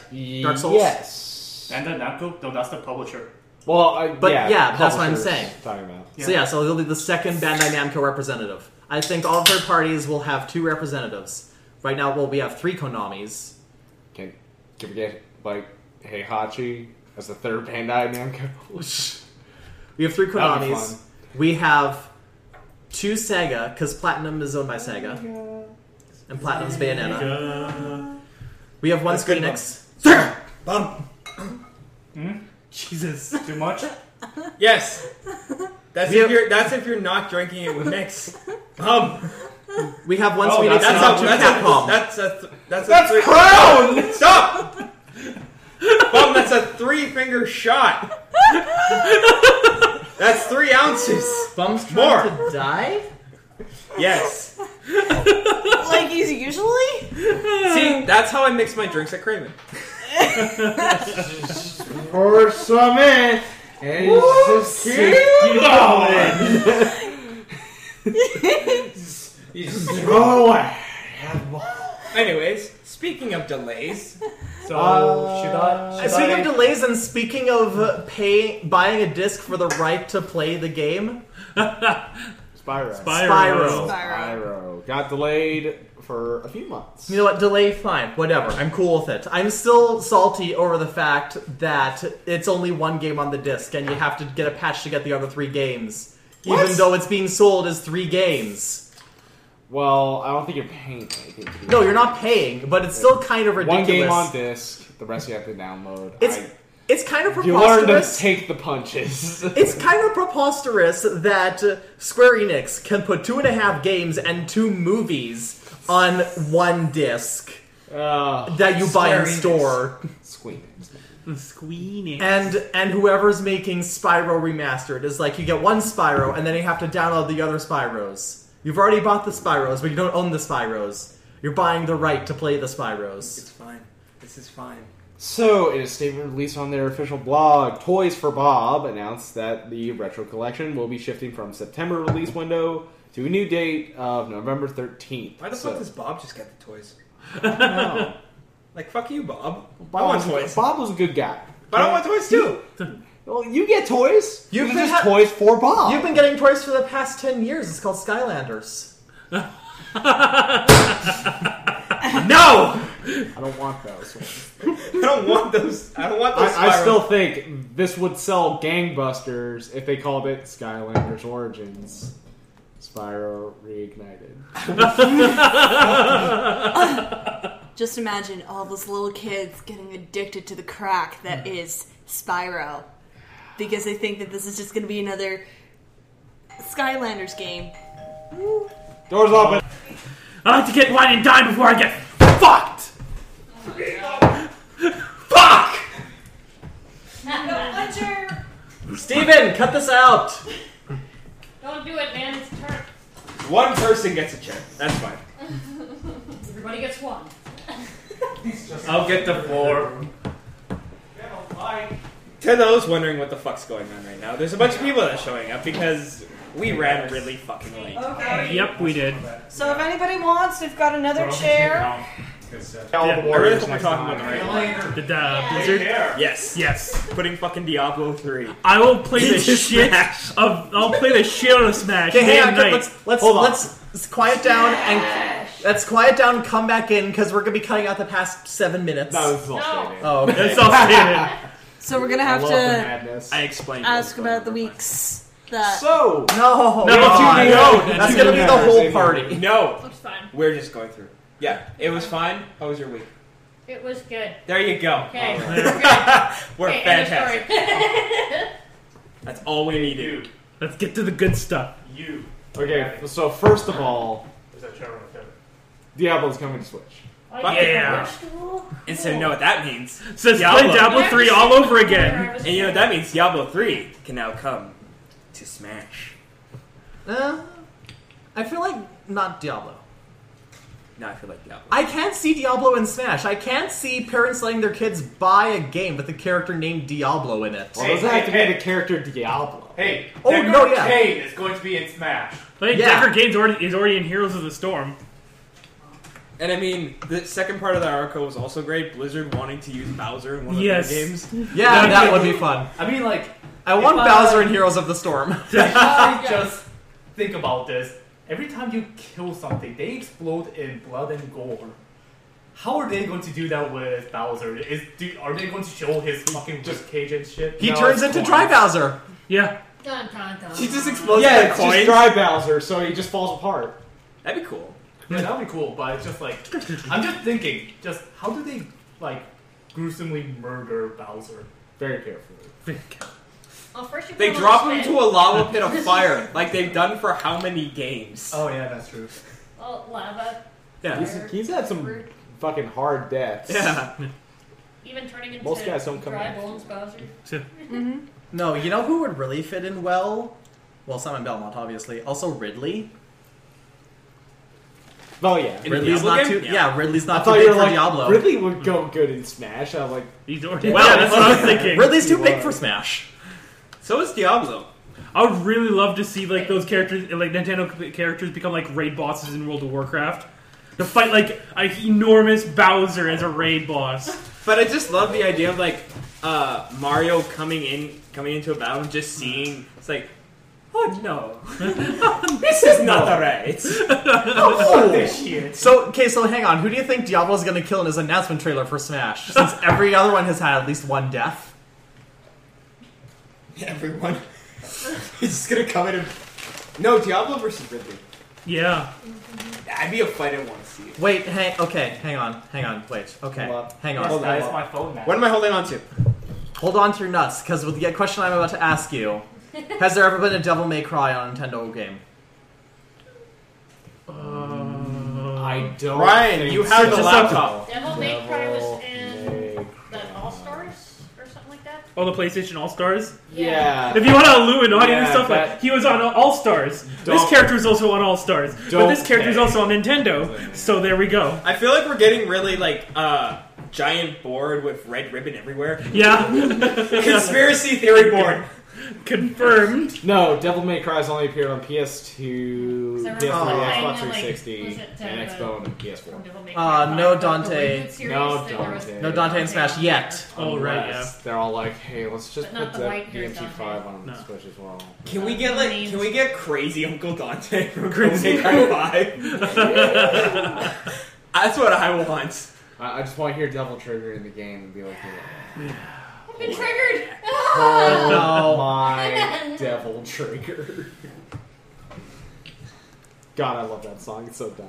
Dark Souls. Yes. And then Namco, no, that's the publisher. Well, I, But yeah, yeah, that's what I'm publishers saying. Talking about. So yeah, so he'll be the second Bandai Namco representative. I think all third parties will have two representatives. Right now, well, we have three Konamis. Can can we get like Heihachi as the third Bandai Namco? We have three That would be Konamis. fun. We have two Sega because Platinum is owned by Sega, and Platinum's Bayonetta. We have one That's good Squeenix. Bum. Jesus. Too much? Yes. That's We if have- you're. That's if you're not drinking it with mix. Bum. We have one Oh, Squeenix That's and not. up two That's Capcom. a, that's a. th- That's a. That's three- Crown! Stop. Bum. That's a three finger shot. That's three ounces. Bum's More. trying to die. Yes. like he's usually? See, that's how I mix my drinks at Craven. Or summit. And just keep going. you just throw away. Anyways, speaking of delays, So, Uh, should I? Should Speaking I? of delays and speaking of uh, pay buying a disc for the right to play the game, Spyro. Spyro. Spyro. Spyro got delayed for a few months. you know what? Delay, fine, whatever. I'm cool with it. I'm still salty over the fact that it's only one game on the disc, and you have to get a patch to get the other three games, even What? though it's being sold as three games. Well, I don't think you're paying anything. to do No, that. you're not paying, but it's still kind of ridiculous. One game on disc, the rest you have to download. It's- I- it's kind of You learn to preposterous. take the punches. It's kind of preposterous that Square Enix can put two and a half games and two movies on one disc Uh, that you buy Square in Enix. store, Squeak. Squeenix. and and whoever's making Spyro remastered is like you get one Spyro and then you have to download the other Spyros. You've already bought the Spyros, but you don't own the Spyros. You're buying the right to play the Spyros. It's fine. This is fine. So, in a statement released on their official blog, Toys for Bob announced that the retro collection will be shifting from September release window to a new date of November 13th. Why the So- fuck does Bob just get the toys? No. Like fuck you, Bob. Bob, I want was- toys. Bob was a good guy. But I want toys too. Well, you get toys. You've These been are just ha- toys for Bob. You've been getting toys for the past ten years. It's called Skylanders. no. I don't want those. I don't want those. I don't want those. I, I Spyro- still think this would sell gangbusters if they called it Skylanders Origins Spyro Reignited. Just imagine all those little kids getting addicted to the crack that is Spyro. Because they think that this is just going to be another Skylanders game. Doors open. I like to get one and dime before I get fucked. Fuck! Matt, no, Butcher! Steven, cut this out! Don't do it, man. It's turn. One person gets a check. That's fine. Everybody gets one. I'll get the four. To those wondering what the fuck's going on right now, there's a bunch of people that's showing up because we ran really fucking late. Okay. Yep, we did. So if anybody wants, we've got another chair. All Yeah, the I I really warriors hope we're next talking time. about the right. The uh, Blizzard. Yes. Yes, Putting fucking Diablo three. I will play the Into shit Smash. of. I'll play the shit out of Smash Okay, day hang on, and night. let's let's Hold on. let's s- quiet down and let's quiet down. and Come back in because we're gonna be cutting out the past seven minutes. No, this is all No. stated. Oh, okay. That's all stated. So we're going to I have love the to madness. I explained. ask what about was the going on. weeks that. So, No, no, God. too late. that's Too gonna be late. the whole Anyway. party. No, Looks fine. we're just going through. Yeah, it was fine. How was your week? It was good. There you go. Okay. All right. We're good. We're okay, end of fantastic. story. That's all we needed. Let's get to the good stuff. You. okay, so first of all, There's a chair right there. Diablo's coming to Switch. I Fuck get the yeah. vegetable. And so you know what that means. So it's play Diablo. Diablo Yeah, three I all was- over again. I was- And you know what that means. Diablo three can now come to Smash. Uh, I feel like not Diablo. Now I feel like Diablo. I can't see Diablo in Smash. I can't see parents letting their kids buy a game with a character named Diablo in it. Well, Hey, doesn't hey, have to hey. be the character Diablo. Hey, Oh, Decker no, yeah. Kane is going to be in Smash. I think Yeah. Decker Games already is already in Heroes of the Storm. And I mean, the second part of that article was also great. Blizzard wanting to use Bowser in one of Yes. their games. Yeah, that would be fun. I mean, like, I want I- Bowser in Heroes of the Storm. if I just think about this, every time you kill something, they explode in blood and gore. How are they going to do that with Bowser? Is do, are they going to show his fucking just cage and shit? He No, turns it's into cool. Dry Bowser. Yeah, Dun, dun, dun. She just explodes yeah, yeah, it's just Dry Bowser, so he just falls apart. That'd be cool. Yeah, that would be cool, but it's just like I'm just thinking, just how do they like gruesomely murder Bowser? Very carefully. Well, first you They put drop on him the to a lava pit of fire, like they've done for how many games? Uh, Oh yeah, that's true. spit. Well, lava. yeah. He's, he's had some fucking hard deaths. Yeah. Even turning into Most guys don't come dry back. bones, Bowser. No, you know who would really fit in well? Well, Simon Belmont, obviously. Also Ridley. Oh yeah. In the Ridley's Diablo not game? too. Yeah. Yeah. Ridley's I not too thought big you for were like Diablo. Ridley would go good in Smash. I was like, he's already. Well, yeah, that's what I was thinking. Ridley's too You big are. for Smash. So is Diablo. I would really love to see like those characters, like Nintendo characters, become like raid bosses in World of Warcraft. To fight like an enormous Bowser as a raid boss. But I just love the idea of like uh, Mario coming in, coming into a battle, and just seeing it's like, oh no, this is not alright. Oh! Shit. So okay, so hang on. Who do you think Diablo's gonna kill in his announcement trailer for Smash? Since every other one has had at least one death. Everyone, he's just gonna come in and no Diablo versus Ridley. Yeah. That'd be a fight I want to see. Wait, hang. Okay, hang on, hang on. Wait, okay, Hold up. hang Yes, on. that is my phone now. What am I holding on to? Hold on to your nuts, because with the question I'm about to ask you, has there ever been a Devil May Cry on a Nintendo game? I don't. Ryan, think you have so. the laptop. Devil May Cry was in May the All Stars or something like that. Oh, the PlayStation All Stars. Yeah. If you want to allude on Yeah, any stuff, like that- he was on All Stars. This Don't- character is also on All Stars, but Don't this character is pay. also on Nintendo. So there we go. I feel like we're getting really like uh giant board with red ribbon everywhere. Yeah, Conspiracy theory board. confirmed. No, Devil May Cry has only appeared on PS2, So we're PS3, not playing Xbox it, Oh, like, 360, was it, and uh, Xbox and PS4. Devil May Uh, no Cry five, the- the Dante. reboot series, No then there was Dante. No Dante and Smash yet. Oh right, yeah. Unless They're all like, hey, let's just But not put the the white hair DMT5 on the No. Switch as well. Can we get like can we get crazy Uncle Dante from Crazy. Crazy Cry Five? That's what I want. I, I just want to hear Devil Trigger in the game and be like, I've been triggered. oh No. my Devil Trigger. God, I love that song. It's so dumb.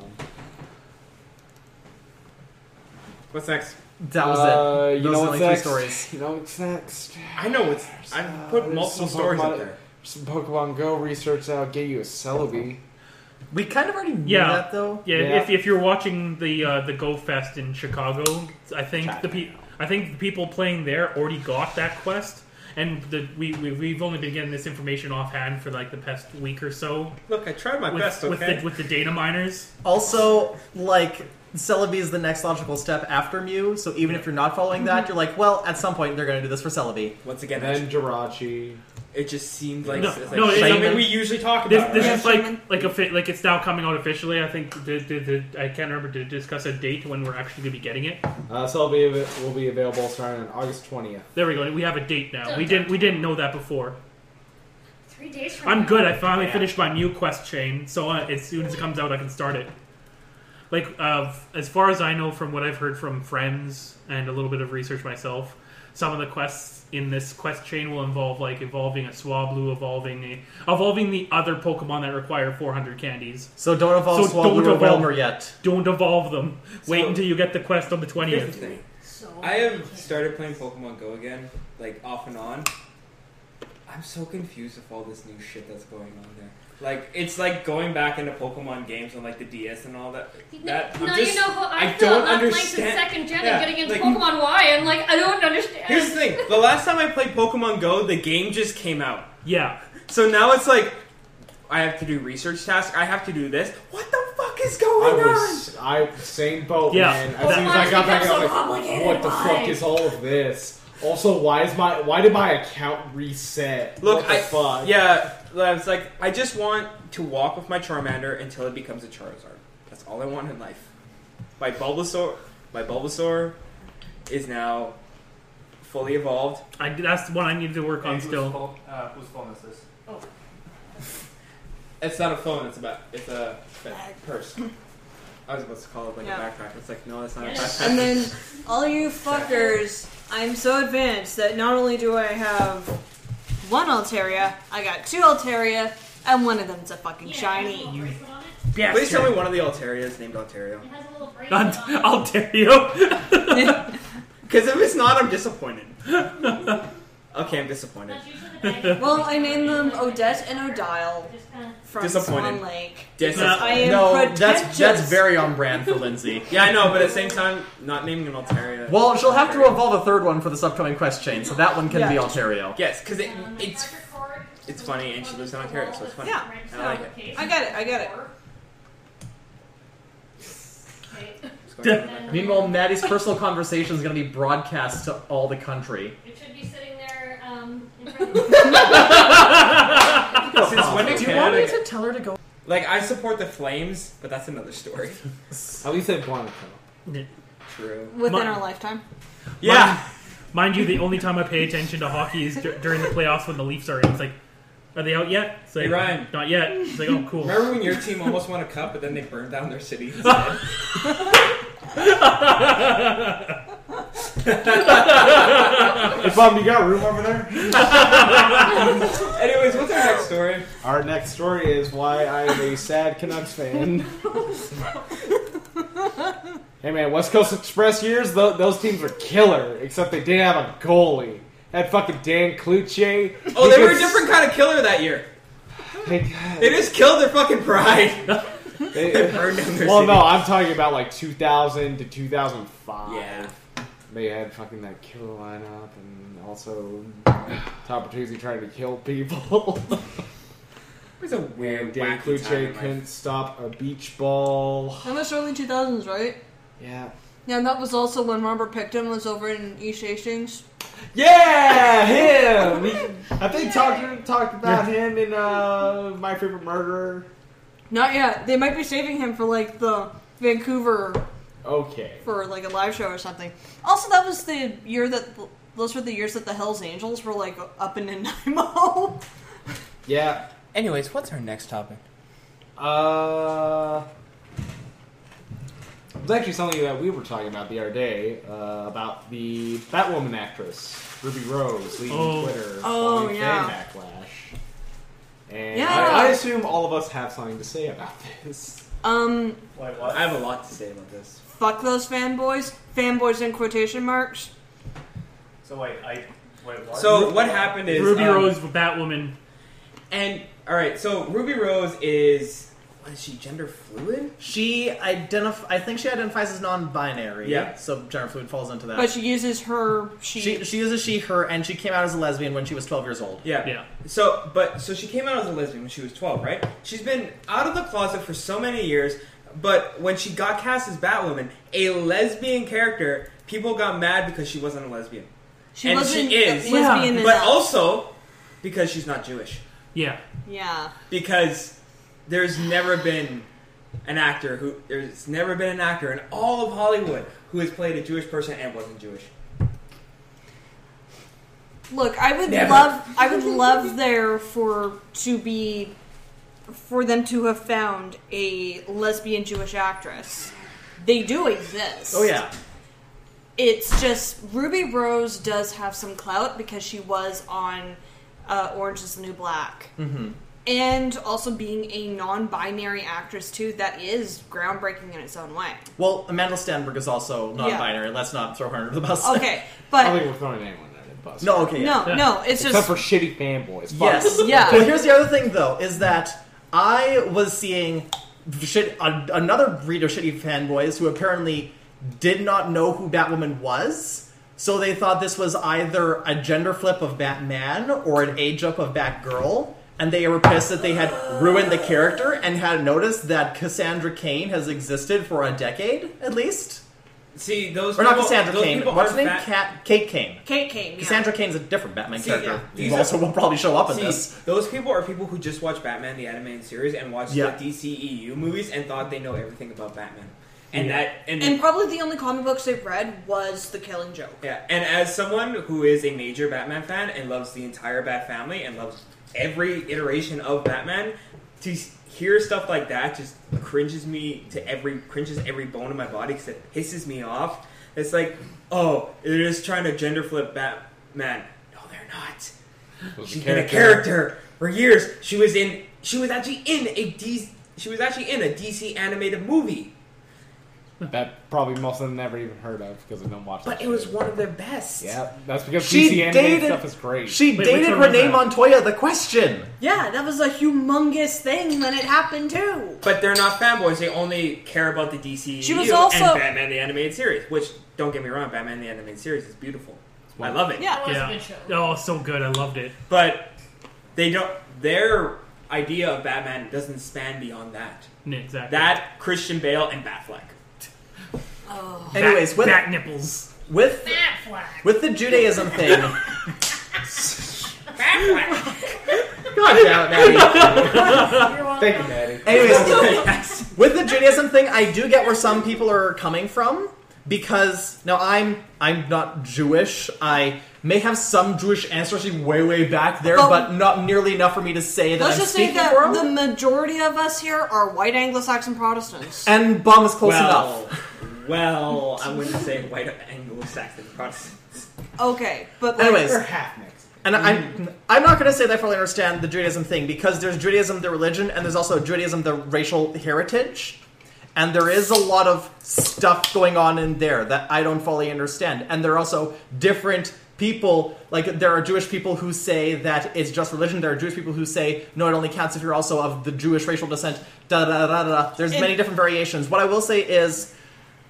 What's next? That was Uh, it. you Those know are what's only three next? stories. You know what's next? I know it's I've put There's multiple some stories Pokemon- up there. Some Pokemon Go research that'll get you a Celebi. We kind of already knew Yeah. that though. Yeah, Yeah. If, if you're watching the uh, the Go Fest in Chicago, I think the pe- I think the people playing there already got that quest, and the, we, we we've only been getting this information offhand for like the past week or so Look, I tried my with best, with okay? the with the data miners. Also, like Celebi is the next logical step after Mew, so even if you're not following Mhm. that, you're like, well, at some point they're going to do this for Celebi. Once again, And then Jirachi. it just seemed like No, it's like no, it's- something I mean- we usually talk This, about. this right? is like like a fi- like it's now coming out officially. I think the, the, the, I can't remember to discuss a date when we're actually going to be getting it. Uh, Celebi av- will be available starting on August 20th. There we go. We have a date now. We didn't we didn't know that before. Three days from I'm now. good. I finally finished my new quest chain, so uh, as soon as it comes out, I can start it. Like uh, f- as far as I know, from what I've heard from friends and a little bit of research myself, some of the quests in this quest chain will involve like evolving a Swablu, evolving a, evolving the other Pokemon that require 400 candies. So don't evolve So Swallow don't or evolve- Wilmer yet. Don't evolve them. Wait So- until you get the quest on the Here's the 20th. thing. So I have started playing Pokemon Go again, like off and on. I'm so confused with all this new shit that's going on there. Like it's like going back into Pokemon games on like the DS and all that. that I'm now just, you know how I, I feel don't about understand- Link's in second gen Yeah, and getting into like- Pokemon Y. I'm like, I don't understand. Here's the thing: the last time I played Pokemon Go, the game just came out. Yeah, So now it's like I have to do research tasks. I have to do this. What the fuck is I going was I same boat, Yeah. man. As Well, soon as Oh why I got is it back, so I was like, complicated? "What the Why?" fuck is all of this?" Also, why is my why did my account reset? on? Look, what the I fuck? yeah, I was like, I just want to walk with my Charmander until it becomes a Charizard. That's all I want in life. My Bulbasaur, my Bulbasaur, is now fully evolved. I, that's the one I need to work on And Whose still. phone, uh, whose phone is this? It's not a phone. It's about it's a a purse. I was about to call it like Yeah. a backpack. It's like no, it's not a Yeah. backpack. And then all you fuckers, I'm so advanced that not only do I have one Altaria, I got two Altaria, and one of them's a fucking Yeah, It has a shiny. little bracelet on it. Please tell Bastard. me one of the Altarias named Altario. It has a little bracelet I'll on it. I'll dare you. Because if it's not, I'm disappointed. okay, I'm disappointed. That's usually the thing. Well, I named them Odette and Odile Just kinda- from Disappointed. Swan Lake. Disappointed. I am no, that's pretentious. that's very on brand for Lindsay. Yeah, I know, but at the same time, not naming an Altaria. Well, she'll have to evolve a third one for this upcoming quest chain, so that one can be Yeah. Altario. yes, because it, Um, the it's charger cord it's was funny, and on she the lives in wall Ontario, so it's with funny. Yeah, red I like it. application I got it, I got it. for- Okay, it's going on in the Then- background. Meanwhile, Maddie's personal conversation is going to be broadcast to all the country. It should be sitting there um, in front of you. Since when did Do you want me Canada? to tell her to go? Like, I support the Flames, but that's another story. At least I want to True. Within My- our lifetime. Yeah. Mind you, the only time I pay attention to hockey is dur- during the playoffs when the Leafs are in. It's like, are they out yet? It's like, Hey, Ryan. Not yet. It's like, oh, cool. Remember when your team almost won a cup, but then they burned down their city? Hey, Bob, you got room over there? Anyways, what's our next story? Our next story is why I am a sad Canucks fan. hey man, West Coast Express years, tho- those teams were killer, except they didn't have a goalie. That fucking Dan Cluche. Oh, they He were a gets- different kind of killer that year. They, got- They just killed their fucking pride. they- They burned down their well, city. no, I'm talking about like 2000 to 2005. Yeah. They had fucking that killer lineup and also Tom Bertuzzi trying to kill people. It was a weird, and Dan wacky time in Cluche life. couldn't stop a beach ball. And that's early 2000s, right? Yeah. Yeah, and that was also when Robert Picton was over in East Hastings. Yeah, him. We, I think talked talked about him in uh, My Favorite Murderer. Not yet. They might be saving him for like the Vancouver Okay. for like a live show or something. Also, that was the year that those were the years that the Hell's Angels were like up in Nanaimo. Yeah. Anyways, what's our next topic? Uh, it was actually something that we were talking about the other day uh, about the Batwoman actress Ruby Rose leaving Oh. Twitter Oh, following yeah. fan backlash. And Yeah. I, I assume all of us have something to say about this. um, Wait, I what? have a lot to say about this. fuck those fanboys. Fanboys in quotation marks. So wait, I wait. What? So what happened is Ruby um, Rose with Batwoman. and all right. So Ruby Rose is what is she gender fluid? She identif- I think she identifies as non-binary. Yeah. So gender fluid falls into that. But she uses her she. she she is a she, her, and she came out as a lesbian when she was 12 years old. Yeah. Yeah. So but so she came out as a lesbian when she was twelve, right? She's been out of the closet for so many years, but when she got cast as Batwoman, a lesbian character, people got mad because she wasn't a lesbian, she and wasn't she is. a lesbian Yeah, in but that. also because she's not Jewish. Yeah. yeah. because there's never been an actor who there's never been an actor in all of Hollywood who has played a Jewish person and wasn't Jewish. Look, I would Never. love I would love there for to be for them to have found a lesbian Jewish actress. They do exist. Oh yeah. It's just Ruby Rose does have some clout because she was on uh, Orange is the New Black. Mm-hmm. And also being a non binary actress, too, that is groundbreaking in its own way. Well, Amanda Stanberg is also non-binary. Let's not throw her under the bus. Okay, I don't but think we're throwing anyone under the bus. no. Okay. yeah. no, Yeah. no, it's just. Except for shitty fanboys. Fuck Yes. Yeah. Well, here's the other thing, though, is that I was seeing shit, a, another breed of shitty fanboys who apparently did not know who Batwoman was. So they thought this was either a gender flip of Batman or an age up of Batgirl. And they were pissed that they had ruined the character and had noticed that Cassandra Kane has existed for a decade, at least. See those Or not people- Cassandra those Kane. people What's her aren't name? fat- Cat, Kate Kane. Kate Kane. yeah. Cassandra Kane's a different Batman See, character. yeah. who also will probably show up in See, this. those people are people who just watch Batman the animated series and watch Yeah. the DCEU movies and thought they know everything about Batman. And that and, And probably the only comic books they've read was The Killing Joke. yeah, and as someone who is a major Batman fan and loves the entire Bat family and loves every iteration of Batman, to s- hear stuff like that just cringes me to every cringes every bone in my body because it pisses me off. It's like, oh, they're just trying to gender flip Batman. No, they're not. Was She's a been a character for years. She was in. She was actually in a D. She was actually in a DC animated movie, that probably most of them never even heard of because they don't watch. but that it was shit. one of their best. Yeah, that's because She DC animated dated- stuff is great. She Wait, which dated one was Renee that? Montoya. The question. Yeah, that was a humongous thing when it happened too. But they're not fanboys. They only care about the DC She was and also- Batman the animated series. Which don't get me wrong, Batman the animated series is beautiful. I love it. Yeah. That was yeah. a good show. Oh, so good. I loved it. But they don't. Their idea of Batman doesn't span beyond that. Yeah, exactly. That Christian Bale and Batfleck. Oh. Bat- Anyways, with bat nipples. with Fat flag. with the Judaism thing. God Batfleck. damn it, Maddie. You're welcome. Thank you, Maddie. Anyways, yes. with the Judaism thing, I do get where some people are coming from because now I'm I'm not Jewish. I may have some Jewish ancestry way way back there, But- but, not nearly enough for me to say that Let's I'm just say speaking that for 'em. the majority of us here are white Anglo-Saxon Protestants. And bomb is close Well, enough. well, I wouldn't say white Anglo-Saxon Protestants. Okay, but like, Anyways, They're half Mexican. And I'm I'm not going to say that I fully understand the Judaism thing because there's Judaism the religion and there's also Judaism the racial heritage, and there is a lot of stuff going on in there that I don't fully understand. And there are also different people, like there are Jewish people who say that it's just religion. There are Jewish people who say no, it only counts if you're also of the Jewish racial descent. Da da da da da. There's And- many different variations. What I will say is,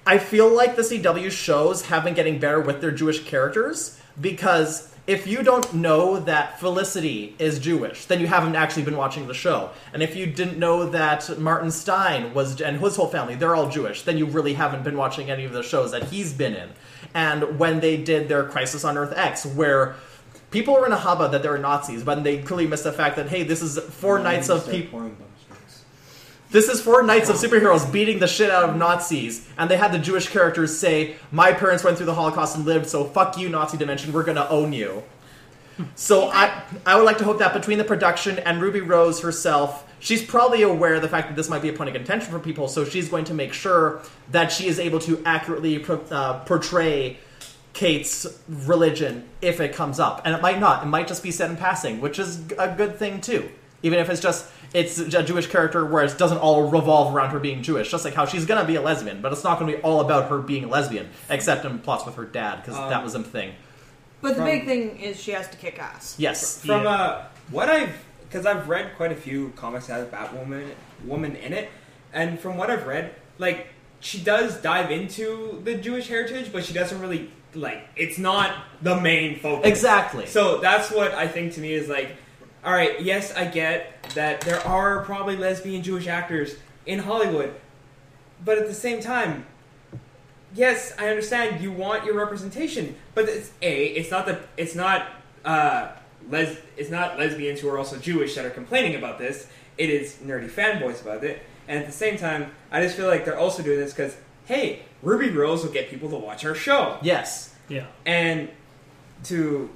I feel like the CW shows have been getting better with their Jewish characters because if you don't know that Felicity is Jewish, then you haven't actually been watching the show. And if you didn't know that Martin Stein was and his whole family, they're all Jewish, then you really haven't been watching any of the shows that he's been in. And when they did their Crisis on Earth X, where people are in a hubbub that they're Nazis, but they clearly missed the fact that hey, this is four nights of people. This is four knights of superheroes beating the shit out of Nazis, and they had the Jewish characters say, "My parents went through the Holocaust and lived, so fuck you, Nazi dimension. We're gonna own you." So I, I would like to hope that between the production and Ruby Rose herself, she's probably aware of the fact that this might be a point of contention for people. So she's going to make sure that she is able to accurately pro- uh, portray Kate's religion if it comes up, and it might not. It might just be said in passing, which is g- a good thing too. Even if it's just it's a Jewish character, where it doesn't all revolve around her being Jewish. Just like how she's gonna be a lesbian, but it's not gonna be all about her being a lesbian, except in plots with her dad because that was a thing. But the From- big thing is she has to kick ass. Yes, From uh, what I've, because I've read quite a few comics that have Batwoman woman in it, and from what I've read, like she does dive into the Jewish heritage, but she doesn't really like. It's not the main focus. exactly. So that's what I think to me is like, all right, yes, I get that there are probably lesbian Jewish actors in Hollywood, but at the same time, yes, I understand you want your representation, but it's a, it's not the, it's not, uh, les, it's not lesbians who are also Jewish that are complaining about this. It is nerdy fanboys about it, and at the same time, I just feel like they're also doing this because hey, Ruby Rose will get people to watch our show. yes, Yeah. And to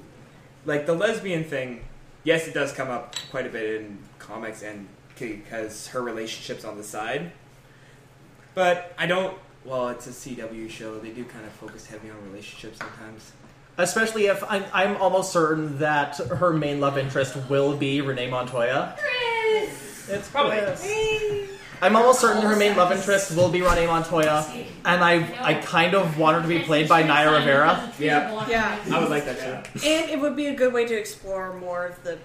like the lesbian thing, yes, it does come up quite a bit in comics and because her relationships on the side. But I don't. Well, it's a CW show. They do kind of focus heavy on relationships sometimes. especially if I'm, I'm almost certain that her main love interest will be Renee Montoya. Chris! It's probably. Hey! I'm almost certain her main love interest will be Renee Montoya, and I I kind of want her to be played by Naya Rivera. Yeah. Yeah. I would like that show. And it would be a good way to explore more of the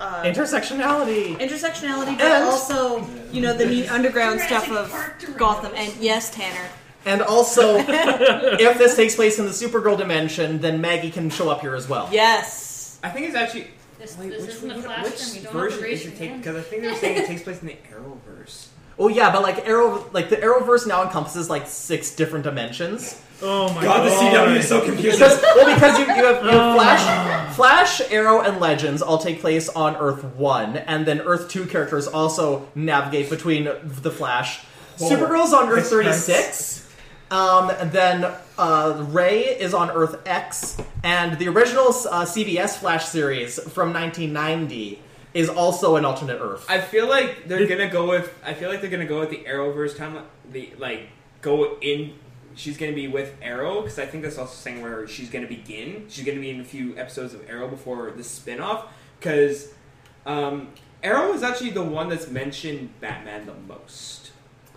uh, Intersectionality. intersectionality, but And- also you know the neat underground Jurassic stuff of Park Doritos. Gotham. And yes, Tanner. And also, if this takes place in the Supergirl dimension, then Maggie can show up here as well. Yes. I think it's actually. This, Wait, this which, isn't a which- flash which You don't have version to is raise it your taking? hand. Because I think they're saying it takes place in the Arrowverse. Oh yeah, but like Arrow, like the Arrowverse now encompasses like six different dimensions. Oh my god. God, the CW is so confusing. Because well, because you, you have, you have Flash, Flash, Arrow, and Legends all take place on Earth One, and then Earth Two characters also navigate between the Flash. Supergirl's on Earth Thirty Six. Um, and then uh, Ray is on Earth X, and the original uh, CBS Flash series from 1990 is also an alternate Earth. I feel like they're gonna go with. I feel like they're gonna go with the Arrowverse timeline. The like go in. She's gonna be with Arrow because I think that's also saying where she's gonna begin. She's gonna be in a few episodes of Arrow before the spinoff because um, Arrow is actually the one that's mentioned Batman the most.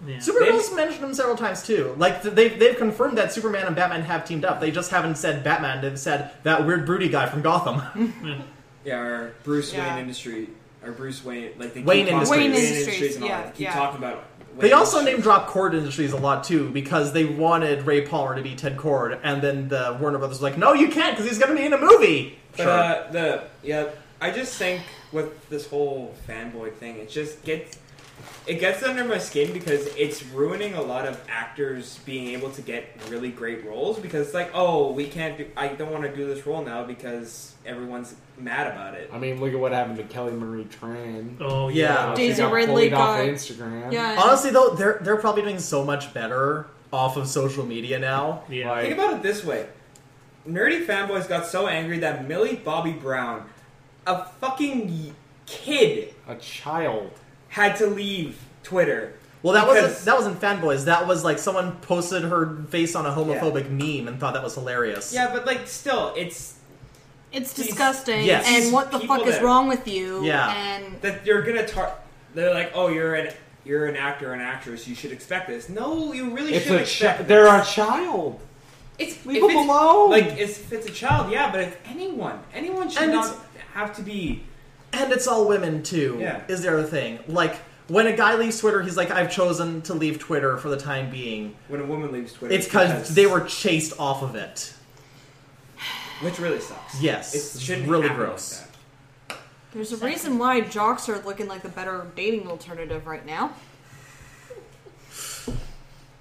Yeah. Supergirl's mentioned him several times too. Like th- they've they've confirmed that Superman and Batman have teamed up. They just haven't said Batman. They've said that weird broody guy from Gotham. Yeah, or Bruce Yeah. Wayne Industry or Bruce Wayne like they Wayne keep talking- Industries. Wayne Industries, and all yeah, that. They keep yeah. talking about. they Wayne also Industries. name drop Cord Industries a lot too because they wanted Ray Palmer to be Ted Cord, and then the Warner Brothers was like, "No, you can't because he's going to be in a movie." But uh, the yeah, I just think with this whole fanboy thing, it just gets it gets under my skin because it's ruining a lot of actors being able to get really great roles because it's like oh we can't do I don't want to do this role now because everyone's mad about it. I mean, look at what happened to Kelly Marie Tran. Oh Yeah. yeah. She Daisy got Ridley bullied off got- of Instagram. Yeah. Honestly, though, they're they're probably doing so much better off of social media now. Yeah. Think about it this way: nerdy fanboys got so angry that Millie Bobby Brown, a fucking kid, A child. had to leave Twitter. Well, that wasn't Because- that wasn't fanboys. That was like someone posted her face on a homophobic meme and thought that was hilarious. Yeah, but like still, it's It's These disgusting. Yes. And what the people fuck is that- wrong with you? Yeah. And that they're gonna tar- they're like, oh, you're an you're an actor, an actress. You should expect this. No, you really It's should a expect. child. this. They're a child. It's Leave if him it's- alone. Like it's, if it's a child, yeah, but if anyone, anyone should And not it's- have to be. And it's all women too. Yeah. Is the other thing. Like when a guy leaves Twitter, he's like, I've chosen to leave Twitter for the time being. When a woman leaves Twitter, It's because they were chased off of it. which really sucks. Yes, it shouldn't really happen like gross. that. There's a reason why jocks are looking like the better dating alternative right now.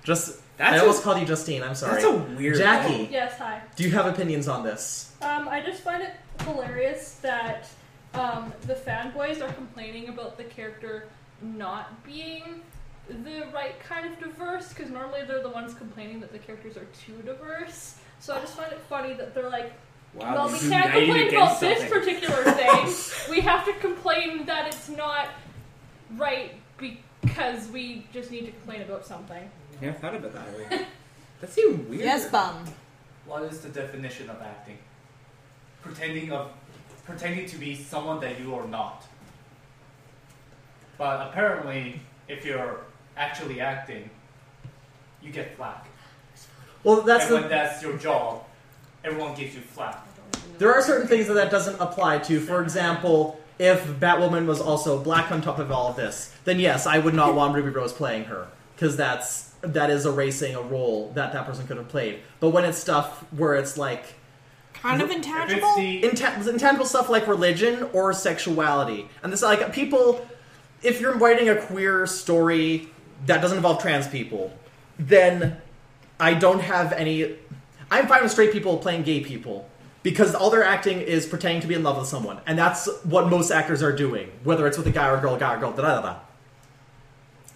Just That's I a- almost called you Justine. I'm sorry. That's a weird. Jackie, Yes, hi. do you have opinions on this? Um, I just find it hilarious that um, the fanboys are complaining about the character not being the right kind of diverse because normally they're the ones complaining that the characters are too diverse. So I just find it funny that they're like, Wow, well, this we is can't united complain about against this something. particular thing. we have to complain that it's not right because we just need to complain about something. I never thought about that. Really. That's even weird. Yes, bum. What is the definition of acting? Pretending of pretending to be someone that you are not. But apparently, if you're actually acting, you get flack. Well, that's and the when that's your job, everyone gives you flack. There are certain things that that doesn't apply to. For example, if Batwoman was also black on top of all of this, then yes, I would not want Ruby Rose playing her because that's that is erasing a role that that person could have played. But when it's stuff where it's like Kind of If it's intangible. the intan- intangible stuff like religion or sexuality, and this like people, if you're writing a queer story that doesn't involve trans people, then I don't have any. I'm fine with straight people playing gay people because all they're acting is pretending to be in love with someone, and that's what most actors are doing, whether it's with a guy or a girl, guy or girl, da da da. da.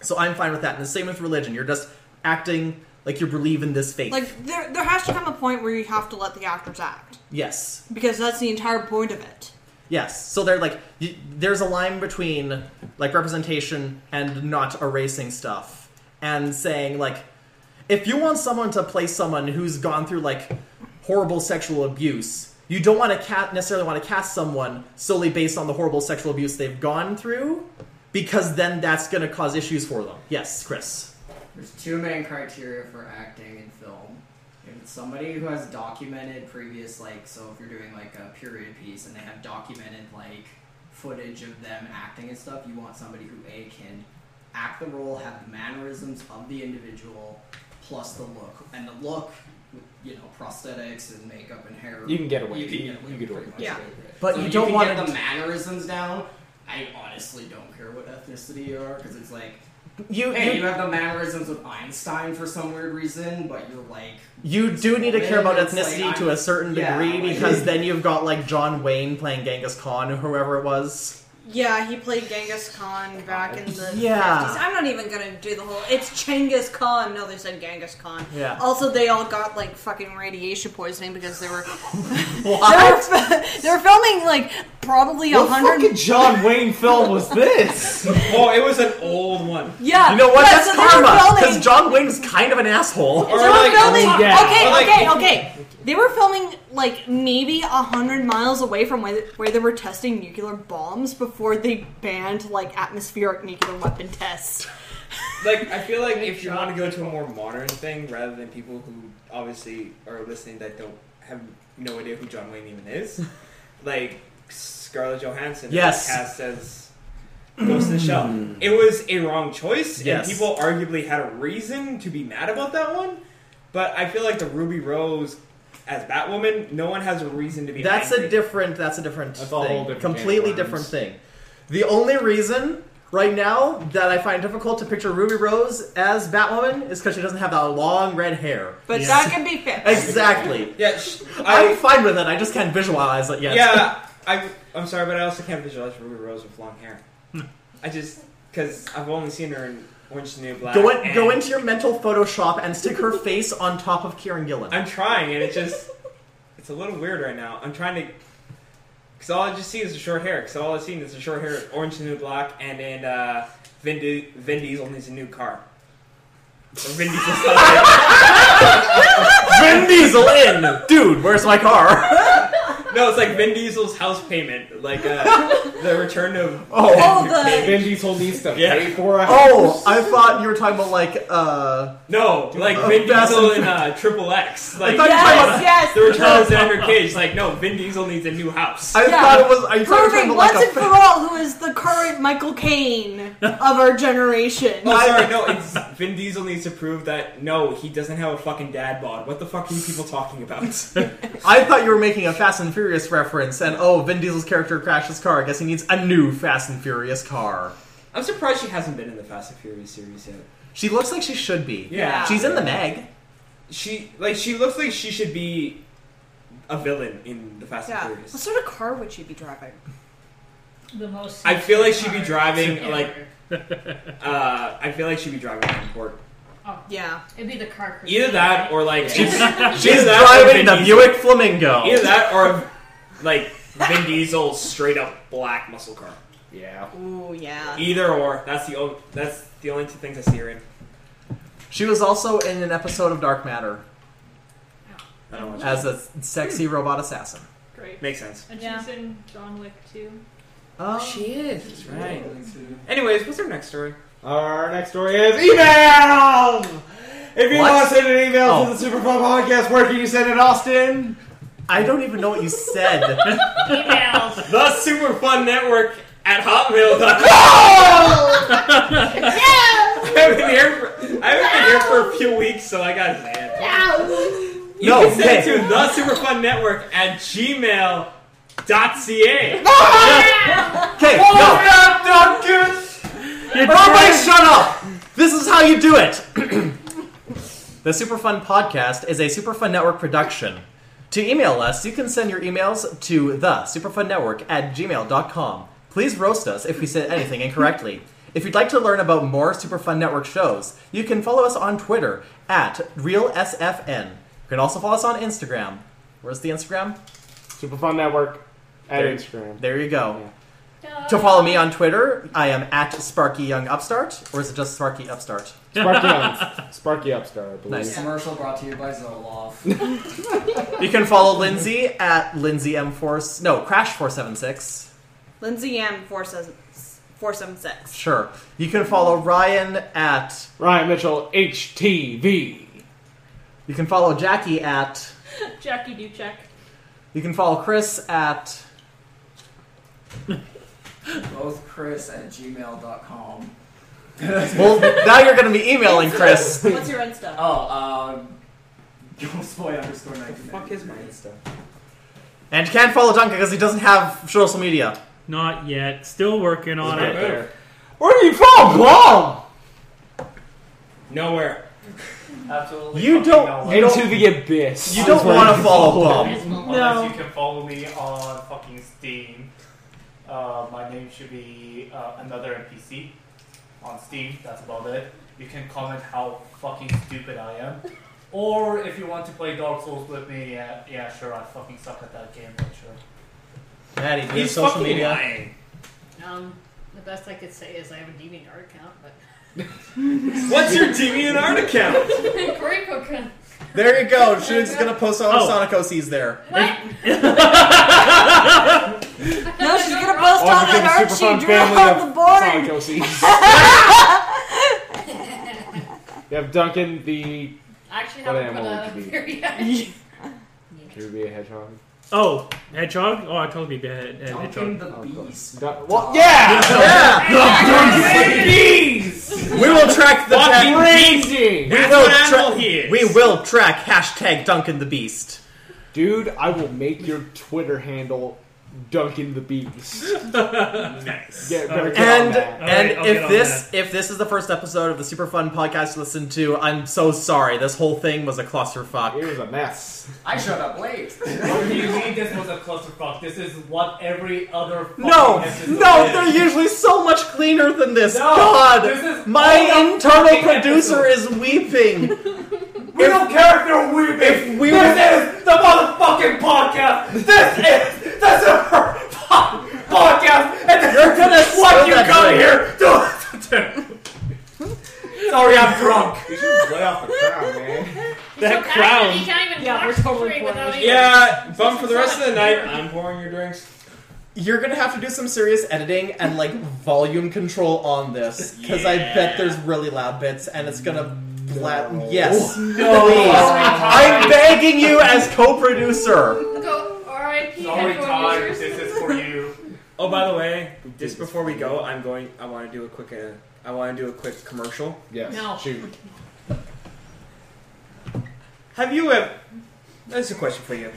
So I'm fine with that, and the same with religion. You're just acting like you believe in this faith. Like there, there has to come a point where you have to let the actors act yes. because that's the entire point of it. Yes. So they're like, y there's a line between like representation and not erasing stuff, and saying like, if you want someone to play someone who's gone through like horrible sexual abuse, you don't want to cat necessarily want to cast someone solely based on the horrible sexual abuse they've gone through, because then that's going to cause issues for them. Yes, Chris. There's two main criteria for acting in film. If it's somebody who has documented previous, like, so if you're doing like a period piece and they have documented like footage of them acting and stuff, you want somebody who a can act the role, have the mannerisms of the individual, plus the look, and the look, with, you know, prosthetics and makeup and hair. You can get away. You can You get away. can get with away. pretty Yeah. much anything. But So you if don't can want get to- the mannerisms down. I honestly don't care what ethnicity you are because it's like You Hey, you you, have the mannerisms of Einstein for some weird reason, but you're like, you do need to care about It's like, ethnicity I'm- to a certain yeah, degree like- because then you've got like John Wayne playing Genghis Khan or whoever it was. Yeah, he played Genghis Khan back in the Yeah. 50s. I'm not even gonna do the whole. It's Genghis Khan. No, they said Genghis Khan. Yeah. Also, they all got like fucking radiation poisoning because they were they What? were, fi- they were filming like probably a What hundred. fucking John Wayne film was this? Oh, it was an old one. Yeah. You know what? Yeah, That's so they were karma. filming- Because John Wayne's kind of an asshole. They Or were like- filming. oh, yeah. Okay, Or like- okay, okay. They were filming like maybe a hundred miles away from where, where they were testing nuclear bombs before they banned like atmospheric nuclear weapon tests. Like I feel like if you want to go to a more modern thing, rather than people who obviously are listening that don't have no idea who John Wayne even is, like Scarlett Johansson, was Yes. Mm. cast as Ghost in the Shell. It was a wrong choice, Yes. and people arguably had a reason to be mad about that one. But I feel like the Ruby Rose as Batwoman, no one has a reason to be. That's angry. a different. That's a different That's a thing. whole different can Completely of different worms. thing. The only reason right now that I find difficult to picture Ruby Rose as Batwoman is because she doesn't have that long red hair. But Yeah. that can be fixed. Exactly. yeah. sh- I, am I fine with it. I just can't visualize it yet. yeah. I I'm sorry, but I also can't visualize Ruby Rose with long hair. I just because I've only seen her in Orange is the New Black. Go in, and go into your mental Photoshop and stick her face on top of Kieran Gillen. I'm trying, and it just it's a little weird right now. I'm trying to because all I just see is the short hair. Because all I've seen is the short hair, in Orange is the New Black, and in uh, Vin, Di- Vin Diesel needs a new car. Or Vin Diesel's car. Vin Diesel in, dude. Where's my car? No, it's like Vin Diesel's house payment, like uh, the return of. Oh, the Vin Diesel needs to Yeah. pay for a Oh, I thought you were talking about like uh. No, like Oh, Vin Fast Diesel and- in uh, Triple X. Like thought you were talking yes, yes. the return of Xander Cage. Like no, Vin Diesel needs a new house. I Yeah. thought it was. Are you talking Proving about once like and a? for all who is the current Michael Caine of our generation. Oh, sorry, no, it's Vin Diesel needs to prove that no, he doesn't have a fucking dad bod. What the fuck are you people talking about? I thought you were making a Fast and Furious reference, and oh, Vin Diesel's character crashed his car. I guess he needs a new Fast and Furious car. I'm surprised she hasn't been in the Fast and Furious series yet. She looks like she should be. Yeah. She's in the Meg. She like she looks like she should be a villain in the Fast Yeah. and What Furious. sort of car would she be driving? The most. I feel like she'd be car driving, ever. like- Uh, I feel like she'd be driving an import. Yeah. Oh, It'd be the car. Christina, Either that right? or like Yeah. she's She's that or driving Vin the Diesel. Buick Flamingo. Either that or a, like Vin Diesel's straight up black muscle car. Yeah. Ooh, yeah. Either or. That's the only that's the only two things I see her in. She was also in an episode of Dark Matter I don't watch. as a sexy Hmm. robot assassin. Great. Makes sense. And Yeah. she's in John Wick too. Oh, is. That's right. Anyways, what's our next story? Our next story is email. If you What? want to send an email Oh. to the Super Fun Podcast, where can you send it, Austin? I don't even know what you said. Emails. The Superfund Network at Hotmail.com. I haven't been here for I haven't been here for a few weeks, so I got mad. You No, can send okay. it to the Superfund Networc at gmail.ca. Okay, no. Everybody shut up! This is how you do it! the Superfund Podcast is a Superfund Network production. To email us, you can send your emails to the Superfund Network at gmail.com. Please roast us if we said anything incorrectly. If you'd like to learn about more Superfund Network shows, you can follow us on Twitter at RealSFN. You can also follow us on Instagram. Where's the Instagram? Super Fun Network at There- Instagram. There you go. To follow me on Twitter, I am at Sparky Young Upstart, or is it just Sparky Upstart? Sparky, up, Sparky Upstar, I believe. Nice. Commercial brought to you by Zoloft. You can follow Lindsay at Lindsay M Force. No, Crash Four Seven Six. Lindsay M four seven four seven six. Sure. You can follow Ryan at. Ryan Mitchell, HTV. You can follow Jackie at. Jackie Duchek. You can follow Chris at. both chris at gmail.com Well, now you're going to be emailing Chris. What's your end stuff? oh um ghostboy underscore 19 Fuck is my Insta. And you can't follow Duncan because he doesn't have social media. Not yet. Still working on it. Where do you fall, Blom? Nowhere. Absolutely. You fucking don't- nowhere. you don't- Into the abyss. You don't That's where want you to follow fall. Bum. Unless you can follow me on fucking Steam. Uh, my name should be uh, another NPC on Steam. That's about it. You can comment how fucking stupid I am. Or if you want to play Dark Souls with me, yeah, yeah sure, I fucking suck at that game, but sure. Maddie, do you have He's social fucking media? lying. Um, the best I could say is I have a DeviantArt account, but What's your DeviantArt account? Great account. There you go. She's going to post all Oh. Sonic OCs there. What? No, she's gonna post all Welcome to the that art Super Fun she drew on the board. family of Sonic OCs. You have Duncan the I actually What haven't put animal that up would you be? here yet. Should we be a hedgehog? Oh, hedgehog. Oh, I totally be a he- a Duncan hedgehog. the beast Dun- well, yeah! Yeah! Bees! We will track the tag. Crazy! That's will what animal tra- he is. We will track hashtag Duncan the Beast. Dude, I will make your Twitter handle Duncan the Beast. Nice. Get, better get on and that. Alright, and I'll get if on this if this is the first episode of the super fun podcast to listen to, I'm so sorry. This whole thing was a It clusterfuck. was a mess. i showed up late What do you mean this was a clusterfuck? This is what every other fucking No, episode no, is. they're usually so much cleaner than this. No, God, this is all my the internal fucking producer is weeping. We don't care if you're weeping. we this were- is the motherfucking podcast. This is the super Fun podcast, and this You're gonna is what spill you that come drink. here to. to do. Sorry, I'm drunk. You should lay off the crown, man. That so crown. You can't even Yeah, talk we're to totally me poor. without even- Yeah, bum This for is the rest not of the night. fair. I'm pouring your drinks. You're gonna have to do some serious editing and like volume control on this because I bet there's really loud bits and it's gonna. Bla- Yes, Oh, no. I'm begging you as co-producer. Go R.I.P. Sorry, Todd. headphone This users. is for you. Oh, by the way, just before we go, I'm going. I want to do a quick. Uh, I want to do a quick commercial. Yes. No. Shoot. Have you ever? That's a question for you.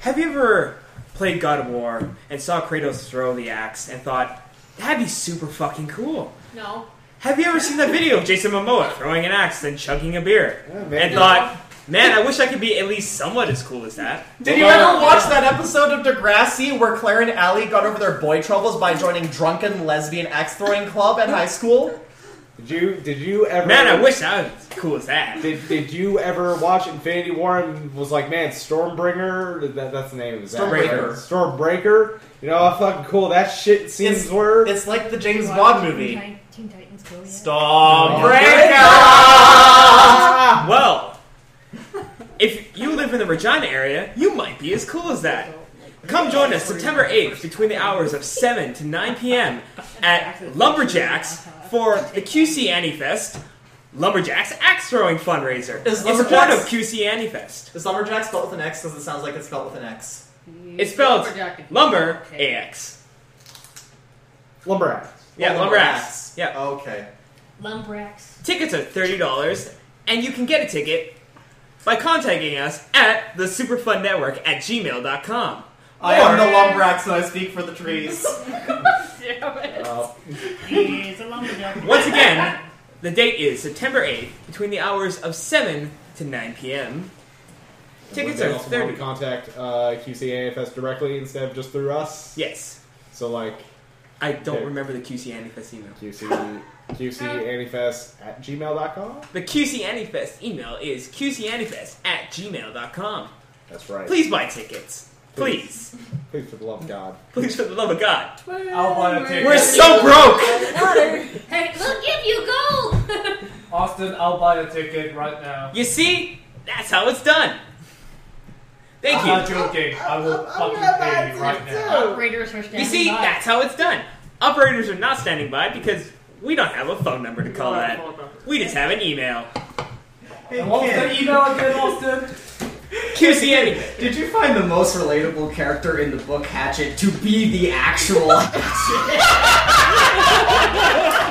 Have you ever played God of War and saw Kratos throw the axe and thought that'd be super fucking cool? No. Have you ever seen that video of Jason Momoa throwing an axe and chugging a beer Yeah, and man. thought, man, I wish I could be at least somewhat as cool as that? Did you ever watch that episode of Degrassi where Claire and Allie got over their boy troubles by joining drunken lesbian axe throwing club at high school? Did you did you ever Man, I wish I was as cool as that. did, did you ever watch Infinity War and was like, man, Stormbringer? That, that's the name of that. right? Stormbreaker. Stormbreaker. You know how fucking cool that shit scenes It's- were. It's like the James Wow, Bond Teen movie. Ti- Teen Titans Go yet? Uh, Ah! Breaker! Well, if you live in the Regina area, you might be as cool as that. Come join us September 8th between the hours of 7 to 9 p.m. at Lumberjacks for the QC Annie Fest Lumberjacks Axe Throwing Fundraiser. Is it's part of Lumberjacks- QC Annie Fest. Is Lumberjack spelled with an X because it sounds like it's spelled with an X? It's spelled Lumberjack. Lumber Okay. AX. Lumberjack. Yeah, Oh, Lumber Lumberjacks. Axe. Yeah. Okay. Lumbrax. Tickets are $30, and you can get a ticket by contacting us at the Superfund Network at gmail.com. I Or- am the Lumbrax and I speak for the trees. Damn it. Uh, He's a lumberjack. Once again, the date is September 8th between the hours of 7 to 9 p.m. Tickets Would they are also want to 30. Contact uh, QCAFS directly instead of just through us. Yes. So like I don't Okay. remember the QC Antifest email. QC QCAntifest at gmail.com. The QC Antifest email is qcantifest at gmail.com. That's right. Please buy tickets. Please. Please for the love of God. Please, for the love of God. I'll buy a ticket. We're so broke! Hey, we'll give you gold! Austin, I'll buy a ticket right now. You see? That's how it's done. Thank I'm you. not joking. I will fucking pay you right now. Operators are standing You see, by. that's how it's done. Operators are not standing by because we don't have a phone number to call that. We just have an email. Hey, And what was kid, the email again, Austin? QC Antifest. Did you find the most relatable character in the book Hatchet to be the actual Hatchet?